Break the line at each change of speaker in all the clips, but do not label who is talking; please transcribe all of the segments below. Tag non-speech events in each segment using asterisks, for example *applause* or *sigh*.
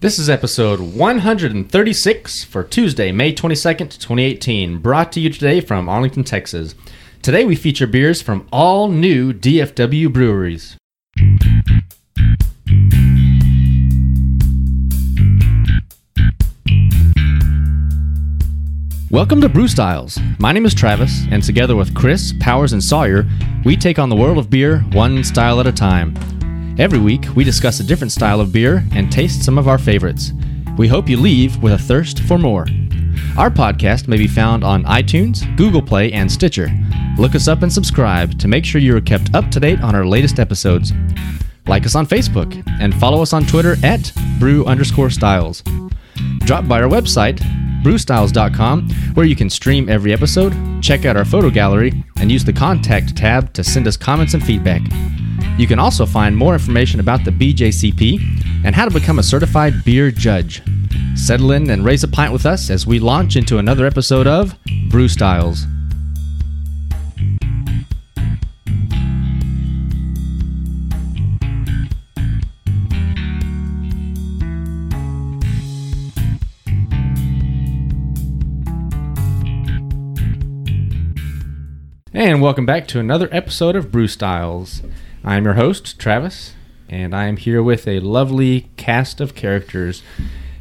This is episode 136 for Tuesday, May 22nd, 2018, brought to you today from Arlington, Texas. Today we feature beers from all new DFW breweries. Welcome to Brew Styles. My name is Travis, and together with Chris, Powers, and Sawyer, we take on the world of beer one style at a time. Every week, we discuss a different style of beer and taste some of our favorites. We hope you leave with a thirst for more. Our podcast may be found on iTunes, Google Play, and Stitcher. Look us up and subscribe to make sure you are kept up to date on our latest episodes. Like us on Facebook and follow us on Twitter at brew underscore styles drop by our website, brewstyles.com, where you can stream every episode, check out our photo gallery, and use the contact tab to send us comments and feedback. You can also find more information about the BJCP and how to become a certified beer judge. Settle in and raise a pint with us as we launch into another episode of Brew Styles. And welcome back to another episode of Brew Styles. I'm your host, Travis, and I am here with a lovely cast of characters.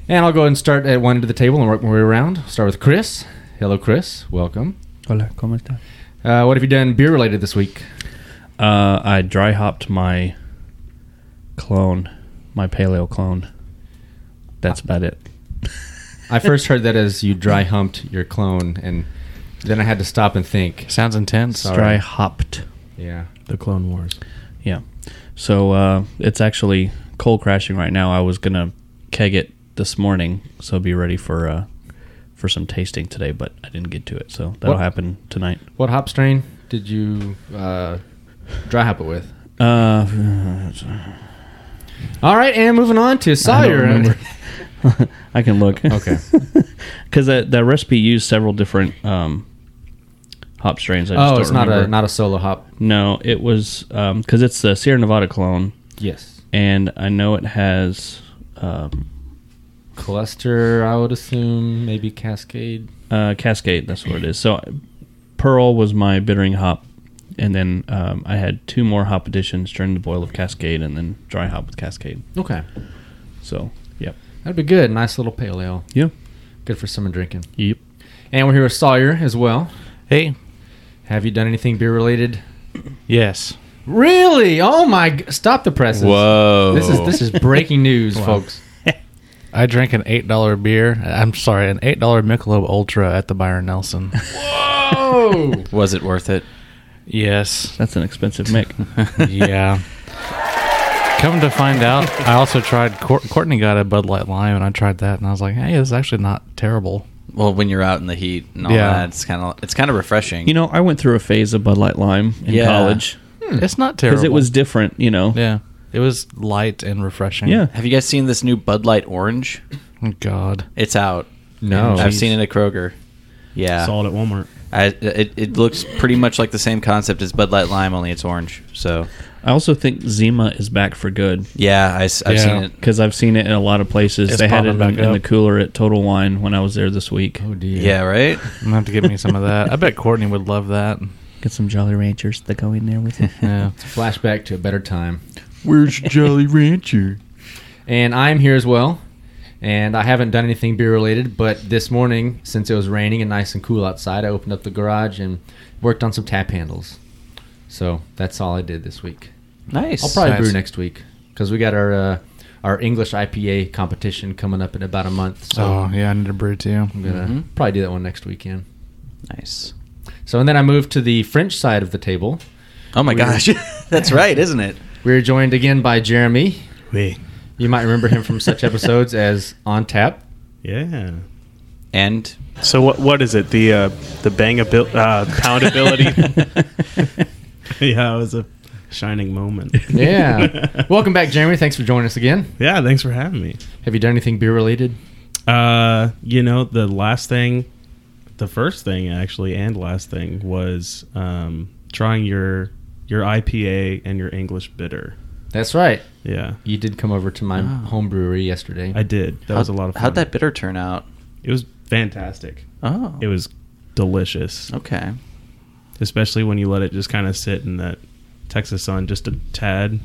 And I'll go ahead and start at one end of the table and work my way around. Start with Chris. Hello, Chris. Welcome.
Hola, ¿cómo está?
Uh, what have you done beer related this week?
Uh, I dry hopped my clone, my paleo clone. That's about it.
I first heard that as you dry humped your clone, and then I had to stop and think.
Sounds intense.
Sorry.
Dry hopped.
Yeah.
The Clone Wars.
Yeah. So uh, it's actually cold crashing right now. I was gonna keg it this morning, so be ready for uh, for some tasting today, but I didn't get to it. So that'll
What-
happen tonight.
What hop strain did you uh, dry hop it with?
Uh,
All right, and moving on to Sawyer.
remember. *laughs* I can look. *laughs*
okay.
Because that, that recipe used several different um, hop strains. I just
Oh,
don't
it's not
remember.
a not a solo hop.
No, it was because it's the Sierra Nevada clone,
Yes.
and I know it has um,
Cluster, I would assume, maybe Cascade.
uh, Cascade. That's what it is. So Pearl was my bittering hop, and then um, I had two more hop additions during the boil of Cascade, and then dry hop with Cascade.
Okay.
So yep,
That'd be good. Nice little pale ale.
Yeah.
Good for summer drinking.
yep.
And we're here with Sawyer as well.
Hey.
Have you done anything beer related?
Yes.
Really? Oh my! g- Stop the presses.
Whoa.
This is this is *laughs* breaking news, folks.
I drank an eight dollar beer. I'm sorry, an eight dollar Michelob Ultra at the Byron Nelson.
Oh.
Was it worth it?
yes.
That's an expensive
*laughs*
mick.
Yeah. *laughs* Come to find out, I also tried. Cour- Courtney got a Bud Light Lime, and I tried that, and I was like, "Hey, it's actually not terrible."
Well, when you're out in the heat and all
Yeah.
that, it's kind of it's kind of refreshing.
you know, I went through a phase of Bud Light Lime in
Yeah.
college
It's not terrible
because it was different. You know.
yeah, it was light and refreshing.
Yeah.
have you guys seen this new Bud Light Orange?
Oh, God.
It's out.
No.
I've seen it at Kroger. Yeah,
Saw it at Walmart.
I, it it looks pretty much like the same concept as Bud Light Lime, only it's orange. So
I also think Zima is back for good.
yeah, I, have
Yeah.
seen it.
because I've seen it in a lot of places.
It's
they had it in,
popping back
in the
up.
cooler at Total Wine when I was there this week.
Oh dear.
Yeah, right.
I'm gonna have to get me some of that. I bet Courtney would love that.
Get some Jolly Ranchers that go in there with it.
Yeah.
Flashback to a better time.
Where's Jolly Rancher?
And I'm here as well. And I haven't done anything beer related, but this morning, since it was raining and nice and cool outside, I opened up the garage and worked on some tap handles. So that's all I did this week.
Nice.
I'll probably
Nice.
brew next week because we got our uh, our English IPA competition coming up in about a month. So
oh yeah, I need a brew too.
I'm gonna
Mhm.
probably do that one next weekend.
nice.
So and then I moved to the French side of the table.
Oh my
Weird.
gosh, *laughs* that's right, isn't it?
We are joined again by Jeremy.
Wait.
You might remember him from *laughs* such episodes as On Tap.
Yeah.
And
So what what is it? The uh, the bang abil- uh,
*laughs*
pound ability. *laughs* yeah, it was a shining moment. *laughs*
Yeah. Welcome back, Jeremy. Thanks for joining us again.
Yeah, thanks for having me.
Have you done anything beer related?
Uh, you know, the last thing, the first thing actually, and last thing was um, trying your your IPA and your English bitter.
That's right.
Yeah,
You did come over to my home brewery yesterday.
I did. That
How'd-
was a lot of fun.
How'd that bitter turn out?
It was fantastic.
Oh,
It was delicious,
okay.
especially when you let it just kind of sit in that Texas sun just a tad,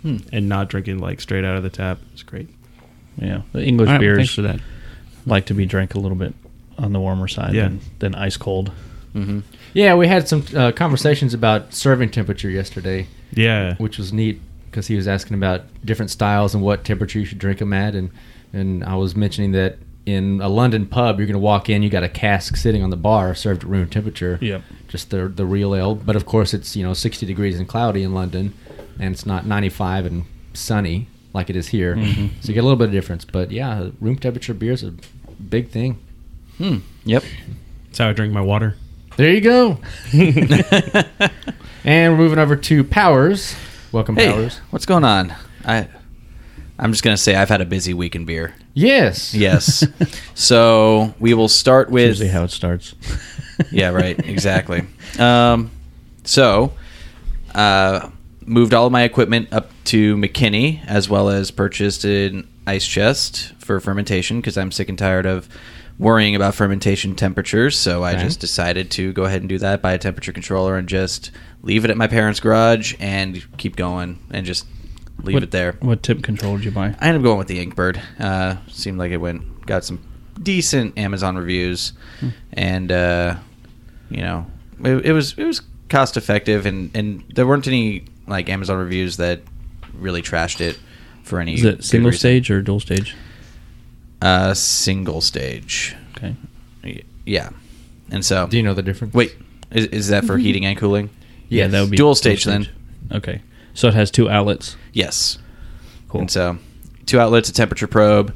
Hmm.
and not drinking like straight out of the tap. It's great.
*laughs* Yeah, the English
All right,
beers
thanks for that.
like to be drank a little bit on the warmer side
Yeah.
than, than ice cold.
Mm-hmm.
yeah, we had some uh, conversations about serving temperature yesterday,
Yeah,
which was neat because he was asking about different styles and what temperature you should drink them at, and and I was mentioning that in a London pub you're going to walk in, you got a cask sitting on the bar served at room temperature.
Yep.
just the the real ale. But of course, it's you know 60 degrees and cloudy in London, and it's not 95 and sunny like it is here. So you get a little bit of difference. But yeah, room temperature beer is a big thing.
Hmm.
*laughs*
Yep. *laughs*
that's how I drink my water.
There you go. and we're moving over to Powers. Welcome,
Hey,
Powers.
what's going on? I, I'm just gonna say I've had a busy week in beer.
Yes.
*laughs*
Yes. so we will start
That's
with
usually how it starts.
yeah, right,
*laughs*
exactly. Um, so, uh, moved all of my equipment up to McKinney, as well as purchased an ice chest for fermentation because I'm sick and tired of worrying about fermentation temperatures. So I
Okay.
just decided to go ahead and do that, buy a temperature controller, and just leave it at my parents' garage and keep going and just leave
what,
it there.
What tip control did you buy?
I ended up going with the Inkbird. Uh, seemed like it went got some decent Amazon reviews,
Hmm.
and uh, you know it, it was it was cost effective, and and there weren't any like Amazon reviews that really trashed it for any.
Is it
good
single
reason.
stage or dual stage?
Uh, single stage.
Okay.
Y- Yeah, and so
Do you know the difference?
wait, is, is that for heating and cooling?
Yes.
Mm-hmm. that would be
Dual stage,
then. Okay. So it has two outlets.
Yes.
Cool.
And so, two outlets, a temperature probe.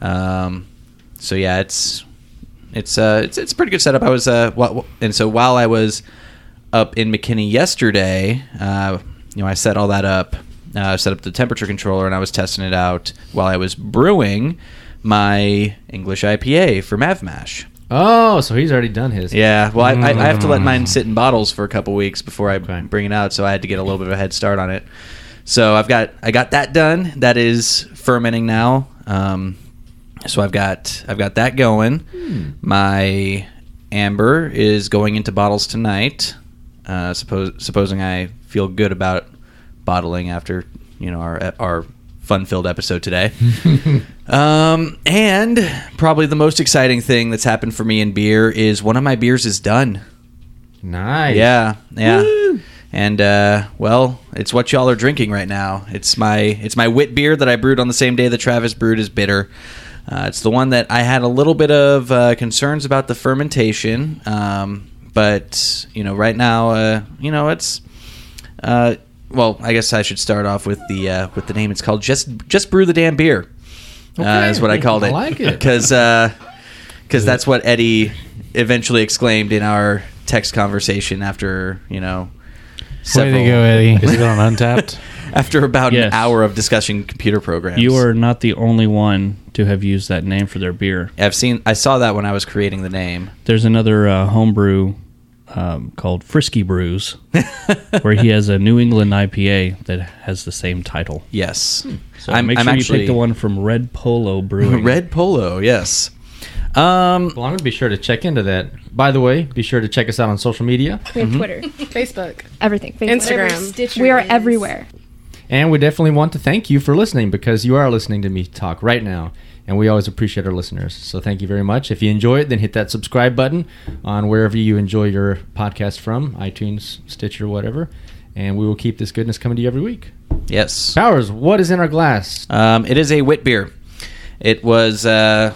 Um, so yeah, it's it's uh it's it's a pretty good setup. I was uh wh- wh- and so while I was up in McKinney yesterday, uh, you know, I set all that up. Uh, I set up the temperature controller and I was testing it out while I was brewing my English IPA for Mavmash.
Oh, so he's already done his.
Yeah, well, I, I, I have to let
Mm.
mine sit in bottles for a couple weeks before I
Okay.
bring it out, so I had to get a little bit of a head start on it. So I've got I got that done. That is fermenting now. Um, so I've got I've got that going. My amber is going into bottles tonight. Uh, suppose supposing I feel good about bottling after you know our our fun filled episode today. Um, and probably the most exciting thing that's happened for me in beer is one of my beers is done.
Nice.
Yeah, yeah. And uh, well, it's what y'all are drinking right now. It's my it's my wit beer that I brewed on the same day that Travis brewed his bitter. Uh, it's the one that I had a little bit of uh, concerns about the fermentation, um, but you know, right now, uh, you know, it's uh, well, I guess I should start off with the uh, with the name. It's called just just brew the damn beer.
Okay.
Uh, is what I called
I
it.
like
*laughs*
it.
because that's what Eddie eventually exclaimed in our text conversation after you know.
Way to go, Eddie. Is it on Untapped?
*laughs* after about
Yes.
an hour of discussing computer programs,
You are not the only one to have used that name for their beer.
I've seen. I saw that when I was creating the name.
There's another uh, homebrew um, called Frisky Brews, where he has a New England IPA that has the same title.
*laughs* Yes,
So make sure you pick the one from Red Polo Brewing.
*laughs* Red Polo. Yes. Um,
Well, I'm going to be sure to check into that. By the way, be sure to check us out on social media.
We have Twitter, Facebook,
everything.
Instagram.
Whatever
Stitcher
We are
is.
everywhere.
And we definitely want to thank you for listening because you are listening to me talk right now. And we always appreciate our listeners. So thank you very much. If you enjoy it, then hit that subscribe button on wherever you enjoy your podcast from iTunes, Stitcher, whatever. And we will keep this goodness coming to you every week.
yes.
Powers, what is in our glass?
Um, it is a wit beer. It was. Uh,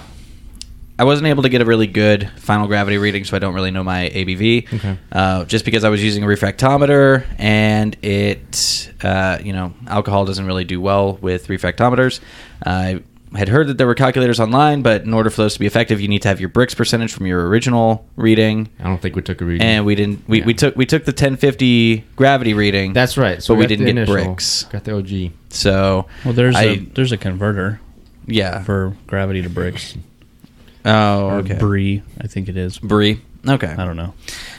I wasn't able to get a really good final gravity reading, so I don't really know my ABV.
Okay.
Uh, just because I was using a refractometer, and it, uh, you know, alcohol doesn't really do well with refractometers. I had heard that there were calculators online, but in order for those to be effective, you need to have your bricks percentage from your original reading.
I don't think we took a reading.
And we didn't. We, we
Yeah.
took we took the 1050 gravity reading.
That's right. So
but we
got
didn't
the
get
initial.
bricks.
Got the OG.
So
Well, there's
I-
a there's a converter
yeah.
for gravity to bricks
oh
or
okay.
brie, I think it is.
Brie. Okay.
I don't know.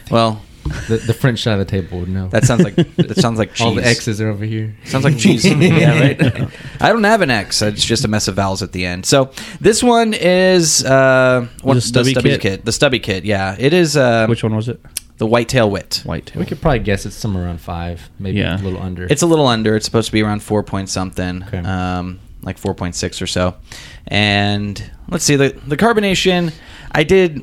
Well,
The, the French side of the table would know.
That sounds like that sounds
*laughs*
like
*laughs*
cheese.
all the X's are over here.
Sounds
*laughs*
like cheese. yeah, right. *laughs* I don't have an X. It's just a mess of vowels at the end. So this one is uh, one,
The stubby kit?
The stubby kit. Yeah, it is. Uh,
Which one was it?
The whitetail wit.
White.
We could probably guess it's somewhere around five, maybe a
Yeah.
little under.
It's a little under. It's supposed to be around four point something,
Okay.
um, like four point six or so. And let's see the the carbonation. I did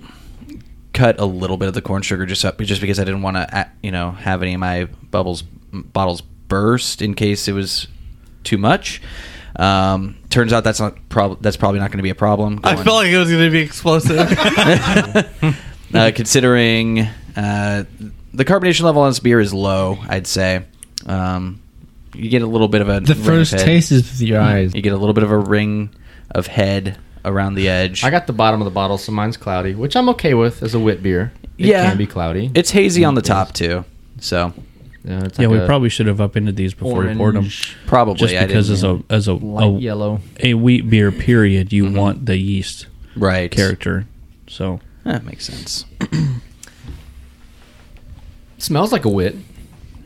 cut a little bit of the corn sugar just up, just because I didn't want to, you know, have any of my bubbles bottles burst in case it was too much. Um, turns out that's not prob- that's probably not going to be a problem.
I
going-
felt like it was going to be
*laughs*
explosive.
*laughs* uh, considering uh, the carbonation level on this beer is low, I'd say. Um, you get a little bit of a
The
ring
first
of head.
taste is with your eyes.
You get a little bit of a ring of head around the edge.
I got the bottom of the bottle, so mine's cloudy, which I'm okay with as a wit beer. It
Yeah.
can be cloudy.
it's hazy on the top too, so
yeah, it's
Yeah,
like
we
a
probably should have upended these before we poured them.
orange,
probably
Just
I
because as
didn't,
a as a
light
a,
yellow.
a wheat beer period,
Mm-hmm.
you want the yeast
right
character. So
That makes sense.
smells like a wit.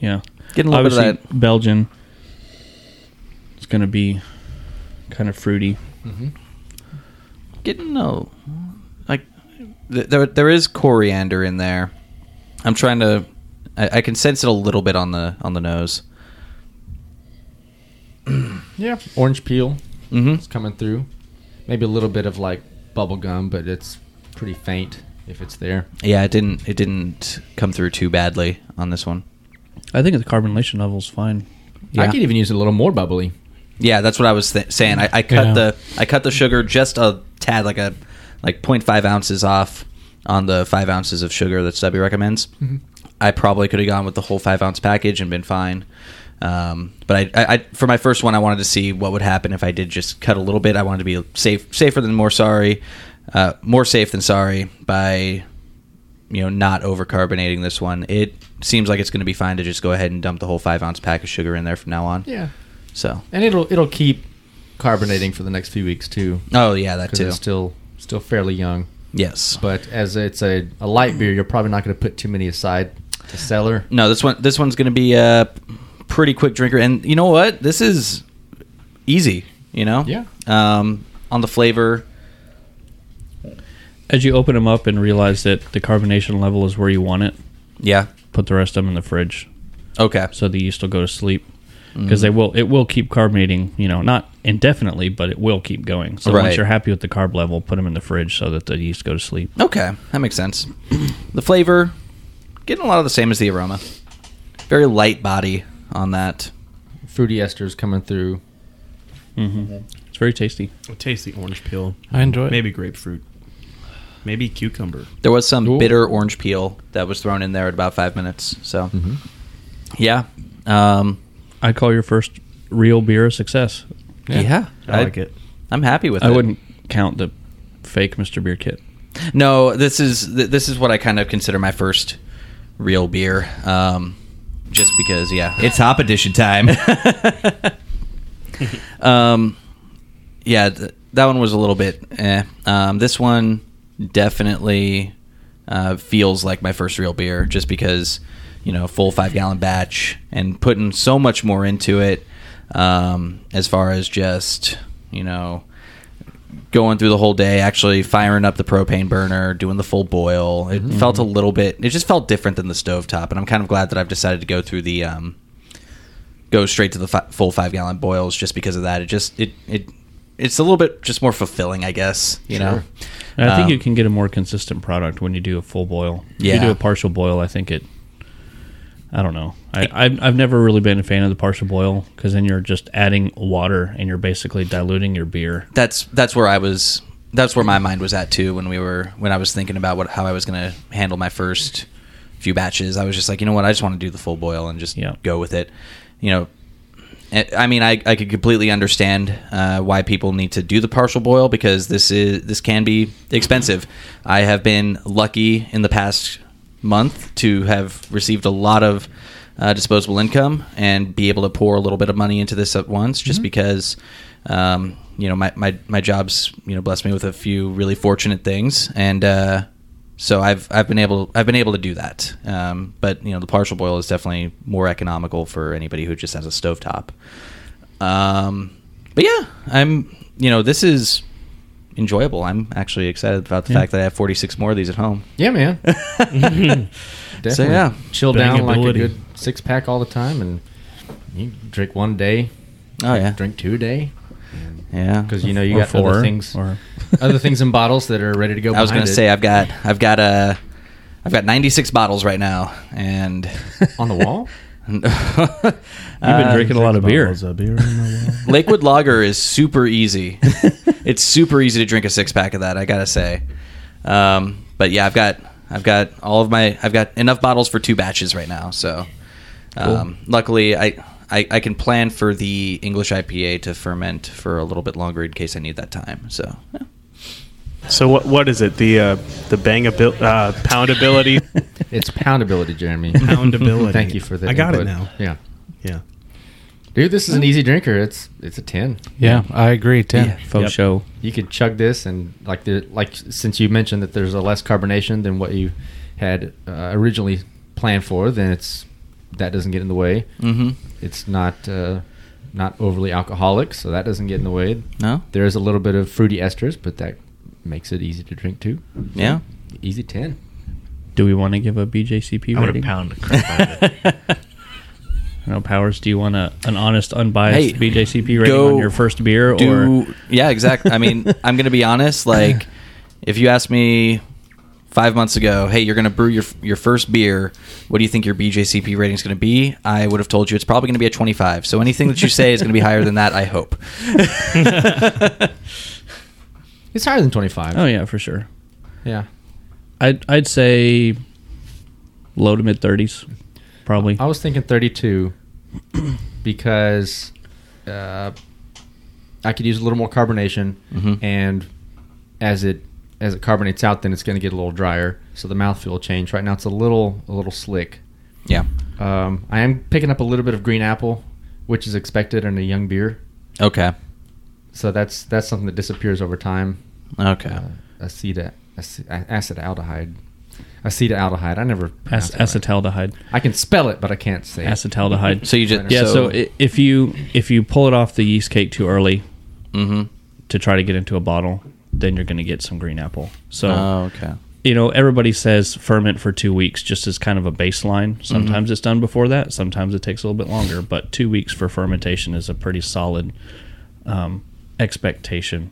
yeah,
Getting a little
obviously
bit of
Belgian. It's gonna be kind of fruity.
that. Getting a like th- there there is coriander in there. I'm trying to. I, I can sense it a little bit on the on the nose.
Yeah, orange peel
Mm-hmm.
is coming through. Maybe a little bit of like bubble gum, but it's pretty faint if it's there.
Yeah, it didn't it didn't come through too badly on this one.
I think the carbonation level's fine.
I
Yeah.
could even use it a little more bubbly.
Yeah, that's what I was th- saying. I, I cut
Yeah.
the I cut the sugar just a tad, like a like 0.5 ounces off on the five ounces of sugar that Stubby recommends. I probably could have gone with the whole five ounce package and been fine. Um, but I, I, I for my first one, I wanted to see what would happen if I did just cut a little bit. I wanted to be safe, safer than more sorry, uh, more safe than sorry by you know not overcarbonating this one. It seems like it's going to be fine to just go ahead and dump the whole five ounce pack of sugar in there from now on.
Yeah,
So
and it'll it'll keep carbonating for the next few weeks too,
oh yeah, that
because
too.
it's still still fairly young.
Yes.
But as it's a, a light beer, you're probably not going to put too many aside to cellar.
No, this one this one's going to be a pretty quick drinker and you know what? This is easy, you know?
Yeah.
Um on the flavor.
As you open them up and realize that the carbonation level is where you want it,
Yeah.
put the rest of them in the fridge
Okay.
so the yeast will go to sleep because
Mm.
they will it will keep carbonating you know not indefinitely but it will keep going so
Right.
once you're happy with the carb level put them in the fridge so that the yeast go to sleep
Okay, that makes sense. *clears throat* the flavor getting a lot of the same as the aroma. Very light body on that.
Fruity esters coming through.
it's very tasty
Taste the orange peel.
*laughs* I enjoy it.
Maybe grapefruit. Maybe cucumber.
There was some
Ooh.
bitter orange peel that was thrown in there at about 5 minutes. So Yeah. Um
i call your first real beer a success
yeah.
I, like it.
I'm happy with
i
it.
wouldn't count the fake mr beer kit
No, this is th- this is what I kind of consider my first real beer. Um, just because, yeah, it's hop edition time. *laughs* um, yeah, th- that one was a little bit. Eh. Um, this one definitely uh, feels like my first real beer, just because you know full five gallon batch and putting so much more into it. Um, as far as just you know going through the whole day, actually firing up the propane burner, doing the full boil. It felt a little bit. It just felt different than the stovetop, and I'm kind of glad that I've decided to go through the um, go straight to the fi- full five gallon boils just because of that. It just it it it's a little bit just more fulfilling, I guess. You know,
And i think
Um,
you can get a more consistent product when you do a full boil if
Yeah.
you do a partial boil i think it I don't know. I, I've, I've never really been a fan of the partial boil because then you're just adding water and you're basically diluting your beer.
that's that's where I was. That's where my mind was at too when we were when I was thinking about what how I was going to handle my first few batches. I was just like, you know what, I just want to do the full boil and just
Yeah.
go with it. You know, Eh, I mean, I, I could completely understand uh, why people need to do the partial boil because this is this can be expensive. I have been lucky in the past month to have received a lot of uh, disposable income and be able to pour a little bit of money into this at once, just because um, you know my, my my job's you know blessed me with a few really fortunate things, and uh, so I've I've been able I've been able to do that. Um, but you know, the partial boil is definitely more economical for anybody who just has a stovetop. Um, but yeah, I'm you know this is enjoyable. I'm actually excited about the
Yeah.
fact that I have 46 more of these at home.
Yeah, *laughs* man.
*laughs*
Definitely.
So, yeah.
chill down like a
Bangability.
good six pack all the time, and you drink one day,
Oh yeah,
drink two day,
yeah.
because you know you
Or
got other things,
Or
other things in bottles that are ready to go.
I was
behind
gonna
it.
say I've got I've got uh, I've got 96 bottles right now, and
on
*laughs*
the wall.
You've
You've
Uh,
been drinking a
*laughs*
lot of beer.
Bottles of beer in the wall.
Lakewood Uh, Lager is super easy. it's super easy to drink a six pack of that. I gotta say, um, but yeah, I've got I've got all of my I've got enough bottles for two batches right now. So, um, luckily, I, I I can plan for the English IPA to ferment for a little bit longer in case I need that time. So, yeah.
*laughs* So what what is it? The uh, the bang abil- uh,
*laughs*
poundability.
*laughs* It's poundability, Jeremy.
poundability.
Thank you for that.
I got it
input.
now.
Yeah,
Yeah.
dude, this is an easy drinker. It's it's a ten.
Yeah, I agree. Ten.
faux
Yep.
show.
You could chug this and like the like since you mentioned that there's a less carbonation than what you had uh, originally planned for, then it's that doesn't get in the way.
mm-hmm.
It's not uh, not overly alcoholic, so that doesn't get in the way.
no,
There is a little bit of fruity esters, but that makes it easy to drink too.
yeah,
Easy ten.
Do we want to give a BJCP
I'm
rating?
gonna pound the crap out of it.
*laughs*
No powers. Do you want a, an honest, unbiased
Hey,
BJCP rating
go
on your first beer?
do *laughs*
or *laughs*
yeah exactly i mean i'm gonna be honest like if you asked me five months ago hey you're gonna brew your your first beer what do you think your bjcp rating is gonna be i would have told you it's probably gonna be a 25 so anything that you say is gonna be higher than that i
*laughs*
hope
It's higher than twenty five.
oh yeah, for sure.
yeah.
I'd I'd say low to mid thirties, probably.
I was thinking 32 *coughs* because uh, I could use a little more carbonation,
Mhm.
and as it as it carbonates out, then it's going to get a little drier, so the mouthfeel will change. Right now, it's a little a little slick.
yeah
Um, I am picking up a little bit of green apple, which is expected in a young beer.
okay
So that's that's something that disappears over time.
okay
Uh, aceta, ace- acetaldehyde, acetaldehyde. I never pronounce
Ac-
it right.
acetaldehyde.
I can spell it, but I can't say it.
Acetaldehyde.
*laughs* so you just
yeah. So, i if you if you pull it off the yeast cake too early
mhm.
to try to get into a bottle, then you're going to get some green apple. So um,
oh okay
you know, everybody says ferment for two weeks just as kind of a baseline. Sometimes it's done before that, sometimes it takes a little bit longer, but two weeks for fermentation is a pretty solid um, expectation.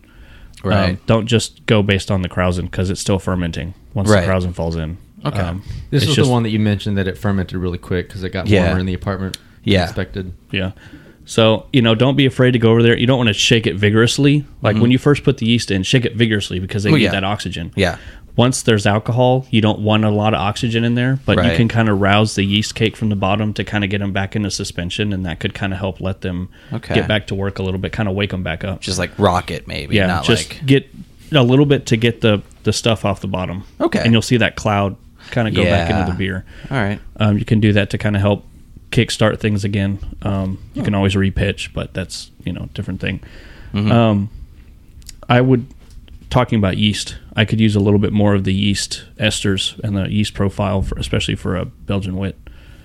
Um,
Right.
don't just go based on the Krausen because it's still fermenting once the
Right.
Krausen falls in. Um,
Okay.
This
it's
was
just-
the one that you mentioned that it fermented really quick because it got
Yeah.
warmer in the apartment. than
Yeah.
expected.
Yeah. So, you know, don't be afraid to go over there. You don't want to shake it vigorously. Like when you first put the yeast in, shake it vigorously because they
Mm-hmm. Oh,
need
yeah.
that oxygen.
yeah
once there's alcohol, you don't want a lot of oxygen in there, but
Right.
you can kind of rouse the yeast cake from the bottom to kind of get them back into suspension, and that could kind of help let them
Okay.
get back to work a little bit, kind of wake them back up.
just like rocket maybe
yeah,
not
just
like
get a little bit to get the the stuff off the bottom.
Okay.
and you'll see that cloud kind of go back
Yeah.
into the beer.
all right
Um, you can do that to kind of help kickstart things again. Um, you
Oh.
can always repitch, but that's you know different thing.
Mm-hmm.
Um, I would talking about yeast. I could use a little bit more of the yeast esters and the yeast profile, for, especially for a Belgian wit.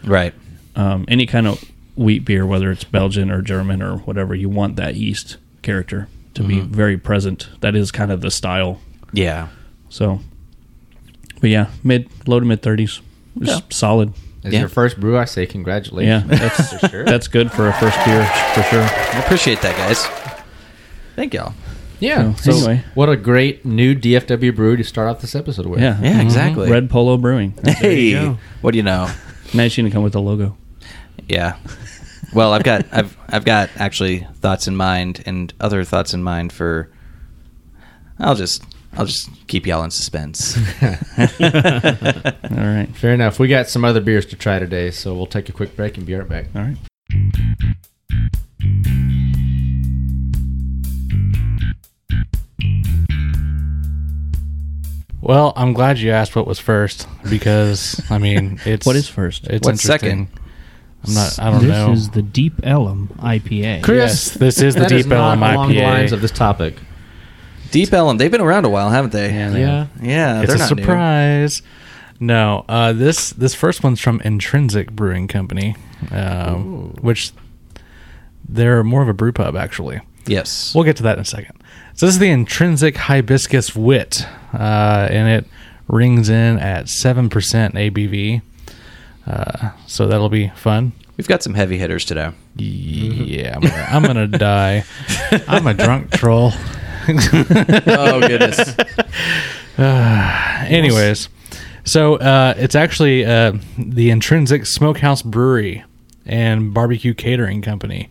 right
Um, any kind of wheat beer, whether it's Belgian or German or whatever, you want that yeast character to be very present. That is kind of the style.
yeah
So, but yeah, mid low to mid thirties, just solid.
As
Yeah.
your first brew, I say
Yeah,
congratulations.
that's
for sure.
that's good for a first beer for sure.
i appreciate that guys thank y'all
yeah.
So,
So,
anyway.
what a great new DFW brew to start off this episode with.
Yeah,
yeah exactly
Red Polo Brewing.
hey what do you know
Nice you didn't come with the logo.
Yeah. Well, I've got I've I've got actually thoughts in mind and other thoughts in mind for I'll just I'll just keep y'all in suspense.
All right,
Fair enough. We got some other beers to try today, so we'll take a quick break and be right back.
all right.
Well, I'm glad you asked what was first because I mean, it's
What is first?
It's
What's
interesting.
second?
I'm not. I don't
this
know.
is the Deep Elm IPA.
Chris, Yes, this is the
that
Deep Elm
not along the
IPA.
lines of this topic.
Deep Ellum. They've been around a while, haven't they?
Yeah, they
Yeah,
Yeah,
It's
they're
a
not new.
surprise. No, uh, this this first one's from Intrinsic Brewing Company, um, which they're more of a brew pub actually.
Yes.
We'll get to that in a second. So this is the Intrinsic Hibiscus Wit, uh, and it rings in at seven percent ABV. Uh, so that'll be fun.
We've got some heavy hitters today.
Yeah, I'm gonna, I'm
*laughs*
gonna die. I'm a drunk troll.
oh *laughs* goodness.
Anyways, so uh, it's actually uh, the Intrinsic Smokehouse Brewery and Barbecue Catering Company.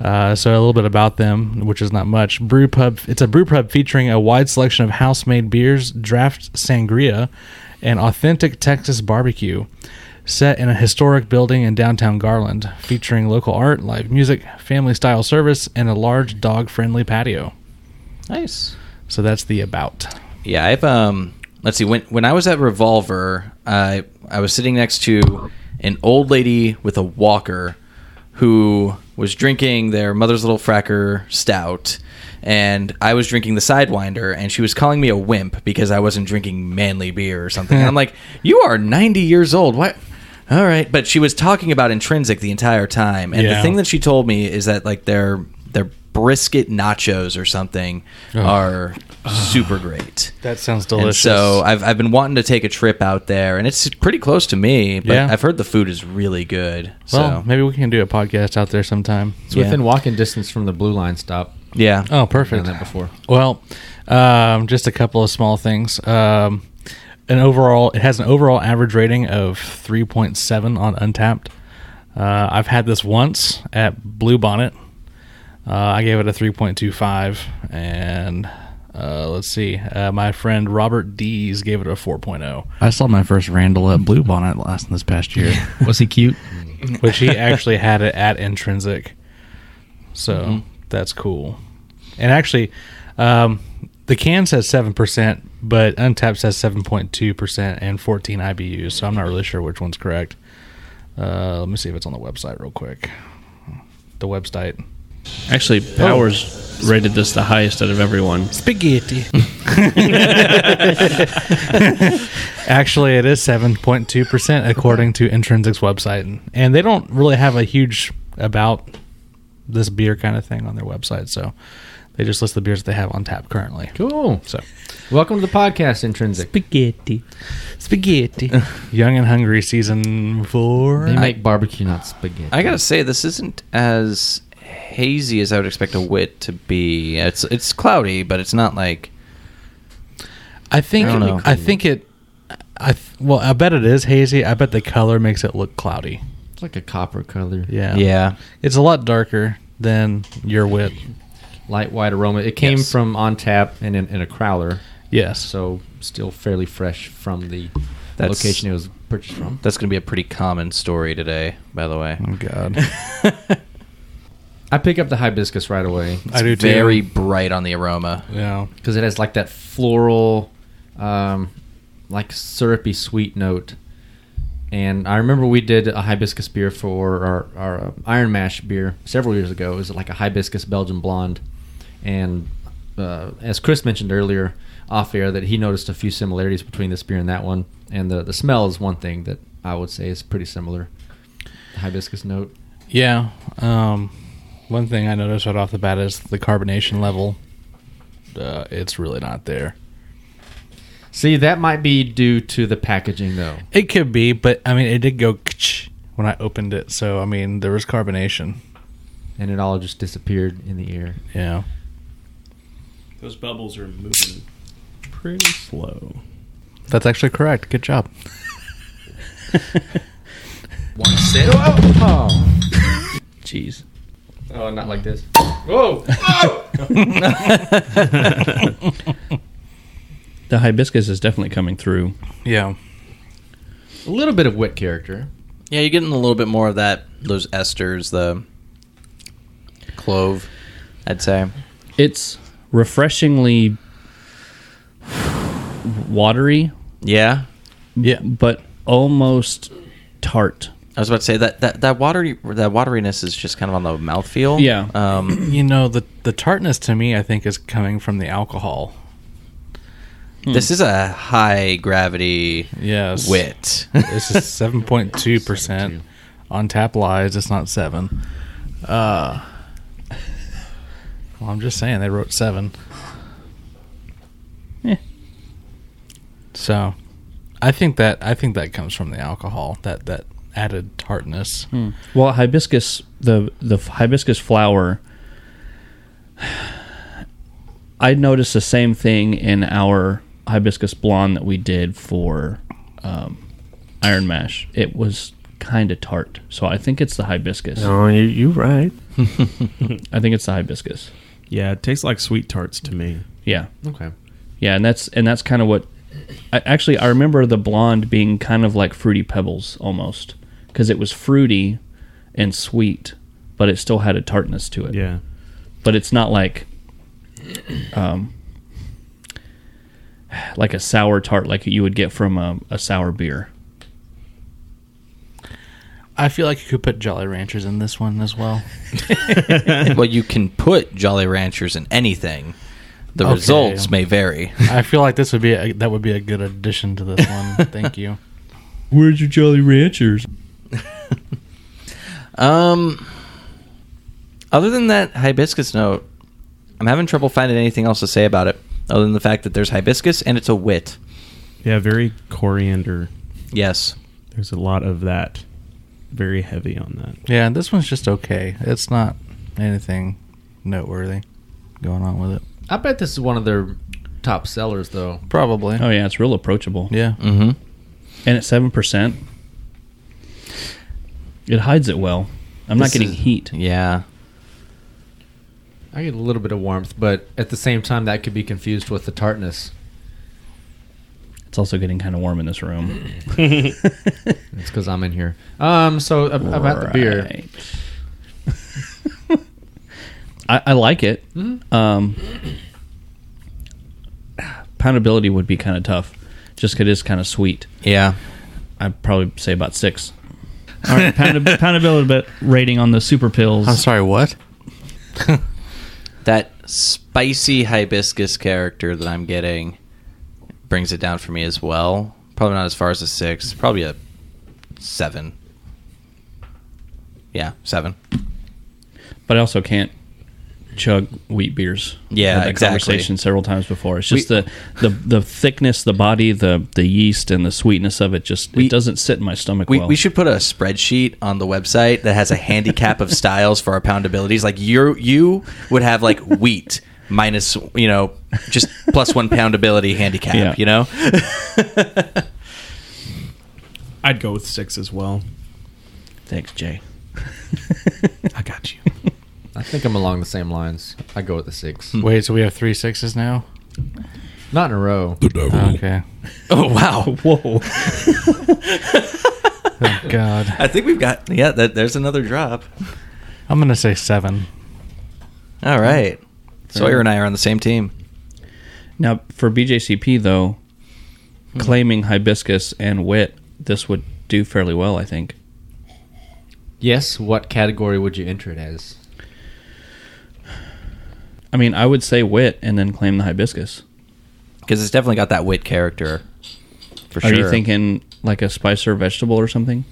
Uh, so a little bit about them, which is not much. Brew pub. It's a brew pub featuring a wide selection of house-made beers, draft sangria, and authentic Texas barbecue. Set in a historic building in downtown Garland, featuring local art, live music, family-style service, and a large dog-friendly patio.
Nice.
So that's the about.
Yeah, I've um let's see when when I was at Revolver, I I was sitting next to an old lady with a walker who was drinking their mother's little fracker stout and I was drinking the sidewinder and she was calling me a wimp because I wasn't drinking manly beer or something. and I'm like, "You are 90 years old. What?" All right, but she was talking about intrinsic the entire time. And the
Yeah.
thing that she told me is that like their their brisket nachos or something are super great.
That sounds
And so I've, I've been wanting to take a trip out there, and it's pretty close to me. But
Yeah.
I've heard the food is really good.
Well,
so
maybe we can do a podcast out there sometime.
It's within walking distance from the blue line stop.
yeah, *laughs*
Oh,
Done
perfect.
that before.
Well, um, just a couple of small things. Um, an overall, it has an overall average rating of three point seven on Untapped. Uh, I've had this once at Blue Bonnet. Uh, I gave it a three point two five, and uh, let's see, uh, my friend Robert Dees gave it a four oh.
I saw my first Randall at Blue Bonnet last this
*laughs*
past year. Was he cute?
which he actually had it at intrinsic so that's cool and actually um, the can says 7% but untapped says 7.2% and 14 ibus so i'm not really sure which one's correct uh, let me see if it's on the website real quick the website
Actually,
Oh.
Powers rated this the highest out of everyone.
spaghetti *laughs* actually it is 7.2% according to intrinsic's website and they don't really have a huge about this beer kind of thing on their website so they just list the beers that they have on tap currently
Cool.
so
Welcome to the podcast, Intrinsic.
Spaghetti. Spaghetti.
young and hungry season four
They make barbecue, not spaghetti.
I gotta say this isn't as hazy as I would expect a wit to be. It's it's cloudy, but it's not like
i think
I don't know.
i think it i th- well i bet it is hazy i bet the color makes it look cloudy
It's like a copper color.
yeah
yeah.
it's a lot darker than your wit
Light white aroma. It came
Yes.
from on tap and in, in a crowler,
yes
so still fairly fresh from the
That's-
location it was purchased from.
That's gonna be a pretty common story today, by the way. *laughs*
oh god
I pick up the hibiscus right away
i do too
Very bright on the aroma.
yeah
because it has like that floral, um, like syrupy sweet note. And I remember we did a hibiscus beer for our, our uh, Iron Mash beer several years ago. It was like a hibiscus Belgian blonde. And uh, as Chris mentioned earlier off air, that he noticed a few similarities between this beer and that one. And the, the smell is one thing that I would say is pretty similar. The hibiscus note.
Yeah. Um, one thing I noticed right off the bat is the carbonation level. Uh, it's really not there.
See, that might be due to the packaging, though.
It could be, but I mean, it did go ksh when I opened it, so I mean, there was carbonation.
And it all just disappeared in the air.
Yeah.
Those bubbles are moving pretty slow.
That's actually correct. Good job.
One sip. Oh.
Jeez.
Oh, not like this.
The hibiscus is definitely coming through.
Yeah.
A little bit of wit character.
Yeah, you're getting a little bit more of that those esters, the clove, I'd say.
It's refreshingly *sighs* watery,
Yeah.
yeah, but almost tart.
I was about to say that that that watery that wateriness is just kind of on the mouthfeel.
Yeah.
*clears throat*
Um,
You know, the the tartness to me, I think, is coming from the alcohol.
This is a high gravity
Yes,
wit. *laughs*
This is seven point two percent on tap lies. It's not seven. Uh, well, I'm just saying they wrote seven.
Eh.
So, I think that I think that comes from the alcohol. That that added tartness.
Well, hibiscus the the hibiscus flower. *sighs* I noticed the same thing in our hibiscus blonde that we did for um, Iron Mash. It was kind of tart, so I think it's the hibiscus.
Oh, you you right.
I think it's the hibiscus.
Yeah, it tastes like sweet tarts to me.
Yeah,
Okay.
yeah, and that's and that's kind of what. I, actually, I remember the blonde being kind of like fruity pebbles almost because it was fruity and sweet, but it still had a tartness to it.
Yeah.
but it's not like um like a sour tart like you would get from a, a sour beer
I feel like you could put Jolly Ranchers in this one as well. *laughs*
well,
*laughs*
you can put Jolly Ranchers in anything. The
Okay.
results may vary.
I feel like this would be a, that would be a good addition to this one. Thank you.
where's your jolly ranchers
Um, other than that hibiscus note, I'm having trouble finding anything else to say about it, other than the fact that there's hibiscus and it's a wit.
Yeah, very coriander.
Yes.
There's a lot of that. Very heavy on that.
Yeah, this one's just okay. It's not anything noteworthy going on with it.
I bet this is one of their top sellers, though.
Probably.
oh yeah it's real approachable
Yeah.
Mm-hmm.
and at seven percent it hides it well i'm not
This
getting
is-
heat
Yeah.
I get a little bit of warmth, but at the same time, that could be confused with the tartness.
it's also getting kind of warm in this room
It's because I'm in here. Um, so ab- about the beer,
Right. *laughs* I, I like it.
Mm-hmm.
Um, poundability would be kind of tough, just 'cause it is kind of sweet.
Yeah.
I'd probably say about six. All right, pound, poundability but rating on the super pills.
I'm sorry, what?
*laughs* That spicy hibiscus character that I'm getting brings it down for me as well. Probably not as far as a six. Probably a seven. Yeah, seven.
But I also can't chug wheat beers.
Yeah,
Had that
exactly.
Conversation several times before. It's just the, the the thickness, the body, the the yeast, and the sweetness of it. Just
We-
it doesn't sit in my stomach
We,
well.
we should put a spreadsheet on the website that has a handicap of styles for our poundabilities. Like you you would have like wheat minus you know just plus one poundability handicap.
Yeah. *laughs*
You know,
I'd go with six as well.
Thanks, Jay.
I got you.
I think I'm along the same lines. I go with the six,
Wait, so we have three sixes now?
not in a row.
Okay.
oh wow,
Whoa.
*laughs*
Thank God.
I think we've got yeah. That, there's another drop.
I'm going to say seven.
All right, Sawyer and I are on the same team.
Now, for BJCP though,
Hmm.
claiming hibiscus and wit, this would do fairly well, I think.
Yes. What category would you enter it as?
I mean, I would say wit and then claim the hibiscus.
because it's definitely got that wit character. For
Are
sure.
you thinking like a spice or vegetable or something?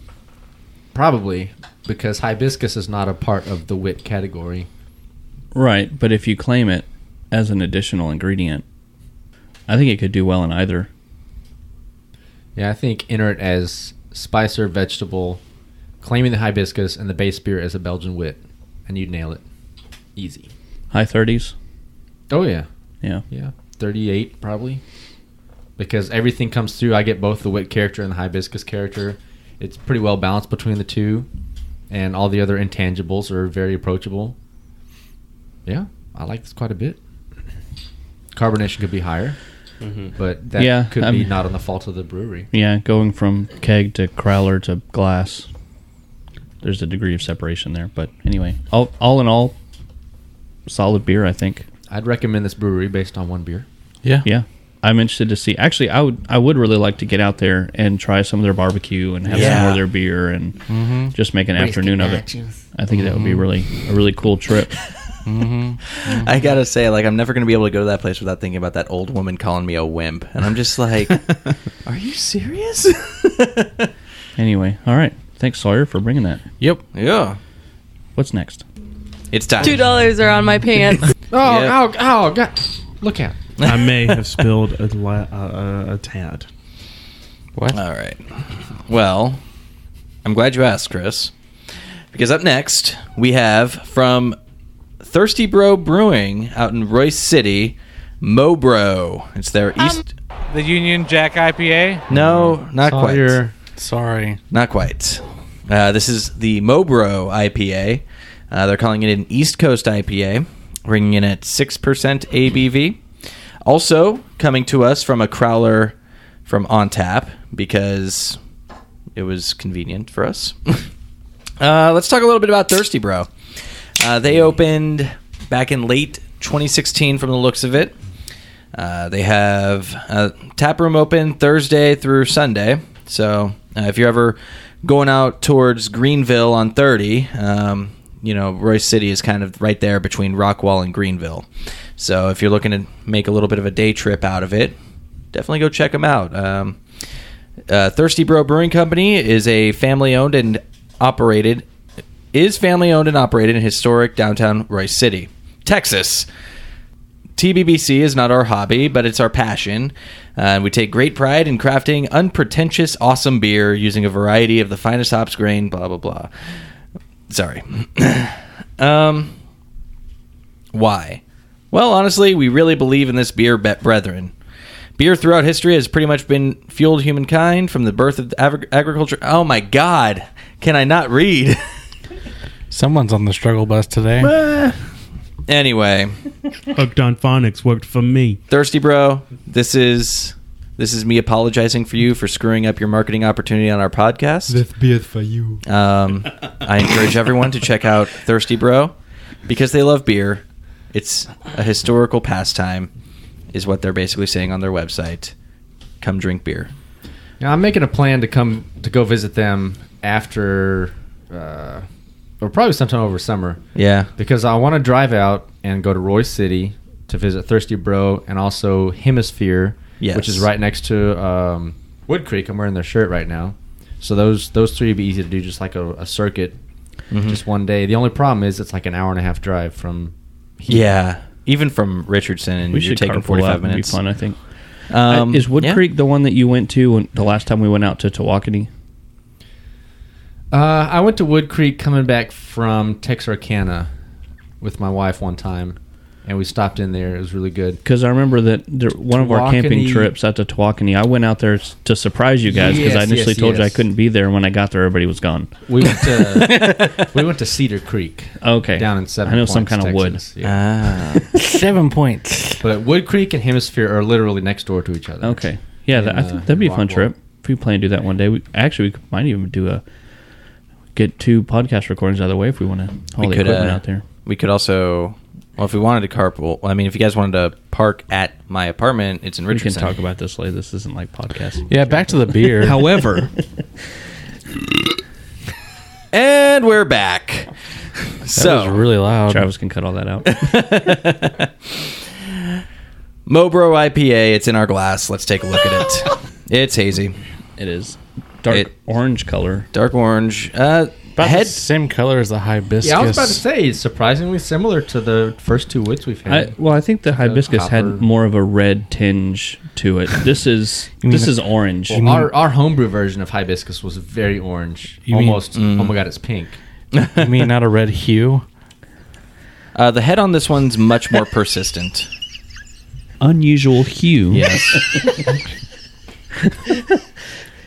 Probably because hibiscus is not a part of the wit category.
Right, but if you claim it as an additional ingredient, I think it could do well in either.
Yeah, I think enter it as spice or vegetable, claiming the hibiscus and the base beer as a Belgian wit, and you'd nail it, easy.
High 30s.
Oh yeah,
Yeah.
yeah, thirty-eight probably, because everything comes through. I get both the wit character and the hibiscus character. It's pretty well balanced between the two, and all the other intangibles are very approachable. Yeah, I like this quite a bit. Carbonation could be higher,
Mm-hmm.
but that
Yeah,
could be
I'm-
not on the fault of the brewery.
Yeah, going from keg to crowler to glass. There's a degree of separation there, but anyway, all, all in all, solid beer, I think.
I'd recommend this brewery based on one beer.
Yeah.
Yeah. I'm interested to see. Actually, I would I would really like to get out there and try some of their barbecue and have some more
Yeah.
of their beer and
Mm-hmm.
just make an afternoon of it.
nachos.
I think that would be really a really cool trip.
*laughs*
I gotta say, like, I'm never gonna be able to go to that place without thinking about that old woman calling me a wimp, and I'm
*laughs*
just like, are you serious? *laughs*
Anyway, all right. Thanks Sawyer for bringing that.
*laughs* Yep.
yeah,
What's next?
it's time.
Two dollars are on my pants.
Oh,
Yep.
oh, oh, God. Look out.
*laughs* I may have spilled a, la- uh, a tad.
All right. Well, I'm glad you asked, Chris, because up next we have from Thirsty Bro Brewing out in Royce City, Mobro. It's their east.
Um, The Union Jack IPA.
No, not quite.
Sorry.
Not quite. Uh, this is the Mobro IPA. Uh, they're calling it an East Coast IPA, bringing in at 6% ABV. Also coming to us from a crowler from On Tap because it was convenient for us. *laughs* uh, let's talk a little bit about Thirsty Bro. Uh, they opened back in late 2016 from the looks of it. Uh, they have a tap room open Thursday through Sunday. So uh, if you're ever going out towards Greenville on 30, um, you know, Royce City is kind of right there between Rockwall and Greenville. So if you're looking to make a little bit of a day trip out of it, definitely go check them out. Um, uh, Thirsty Bro Brewing Company is a family owned and operated is family owned and operated in historic downtown Royce City, Texas. TBBC is not our hobby, but it's our passion. Uh, we take great pride in crafting unpretentious, awesome beer using a variety of the finest hops, grain, blah, blah, blah. Sorry. *clears throat* um, why? Well, honestly, we really believe in this beer, be- brethren. Beer throughout history has pretty much been fueled humankind from the birth of the agri- agriculture. Oh my God! Can I not read? *laughs*
Someone's on the struggle bus today.
anyway,
Hooked on phonics worked for me.
thirsty bro. This is this is me apologizing for you for screwing up your marketing opportunity on our podcast.
be it for you.
Um, I encourage everyone to check out Thirsty Bro because they love beer. It's a historical pastime, is what they're basically saying on their website. Come drink beer.
Now, I'm making a plan to come to go visit them after, uh, or probably sometime over summer,
Yeah.
because I want to drive out and go to Roy City to visit Thirsty Bro and also Hemisphere,
Yes.
which is right next to um, Wood Creek. I'm wearing their shirt right now, so those those three would be easy to do, just like a, a circuit,
Mm-hmm.
just one day. The only problem is it's like an hour and a half drive from.
Yeah. Even from Richardson, and
We
you're
should
taking
carpool out.
45
It'd
minutes.
Be fun, I think.
Um,
Uh, is Wood
yeah.
Creek the one that you went to when, the last time we went out to Tawakoni?
Uh, I went to Wood Creek coming back from Texarkana with my wife one time, and we stopped in there. It was really good.
Because I remember that there, one of our camping
Tawakoni.
trips out to Tawakoni, I went out there s- to surprise you guys because I
Yes,
initially
yes,
told you I
yes.
couldn't be there. When I got there, everybody was gone.
We went to *laughs* we went to Cedar Creek
Okay,
down in Seven.
I know some
Points,
kind of wood. Uh.
Texas. Yeah.
Ah.
Seven points.
but Wood Creek and Hemisphere are literally next door to each other.
Okay, yeah, that, I
In, uh,
think that'd be a fun
Rockwall.
trip if we plan to do that one day. We, actually, we could- might even do a get two podcast recordings out of the way if we want to haul
We
the
could,
equipment
uh,
out there.
We could also, well, if we wanted to carpool, well, I mean, if you guys wanted to park at my apartment, it's in
We can
Richardson.
talk about this later. This isn't like podcast.
Yeah, back to
*laughs*
the beer.
However,
And we're back. *laughs*
that
so
was really loud.
Travis can cut all that out.
Mobro IPA. It's in our glass. Let's take a look at it. It's hazy,
it is dark
It-
orange color.
dark orange. Uh,
About
head.
the same color as the hibiscus.
Yeah, I was about to say it's surprisingly similar to the first two woods we've had.
I, well, I think the hibiscus
copper.
had more of a red tinge to it. This is this is orange.
Well, our our homebrew version of hibiscus was very orange,
You mean-
almost. Oh my god, it's pink.
you mean not a red hue?
Uh, the head on this one's much more persistent.
unusual hue.
Yes.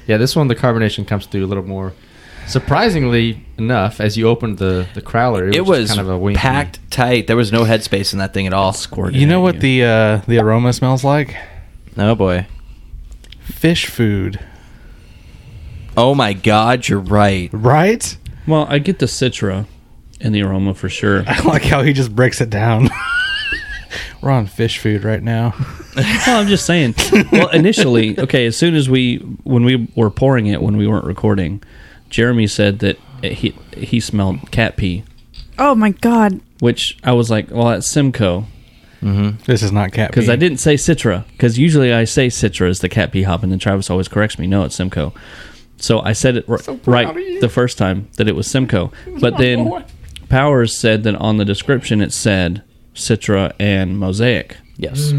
yeah, this one the carbonation comes through a little more. Surprisingly enough, as you opened the the crowler, it,
It
was,
was
kind of a winky.
packed tight. There was no headspace in that thing at all.
Squirted
You know
at
what the uh, the aroma smells like?
Oh boy.
Fish food,
Oh my God, you're right.
*laughs* right?
Well, I get the citra and the aroma for sure.
I like how he just breaks it down. *laughs* We're on fish food right now.
Well, I'm just saying. well, initially, okay, as soon as we when we were pouring it when we weren't recording, Jeremy said that he he smelled cat pee,
Oh my god.
which I was like, well, that's Simcoe
This is not cat
because
pee.
I didn't say Citra because usually I say Citra is the cat pee hop, and then Travis always corrects me. No, it's Simcoe. So I said it r- right the first time that it was Simcoe, but then Powers said that on the description it said Citra and Mosaic.
Yes.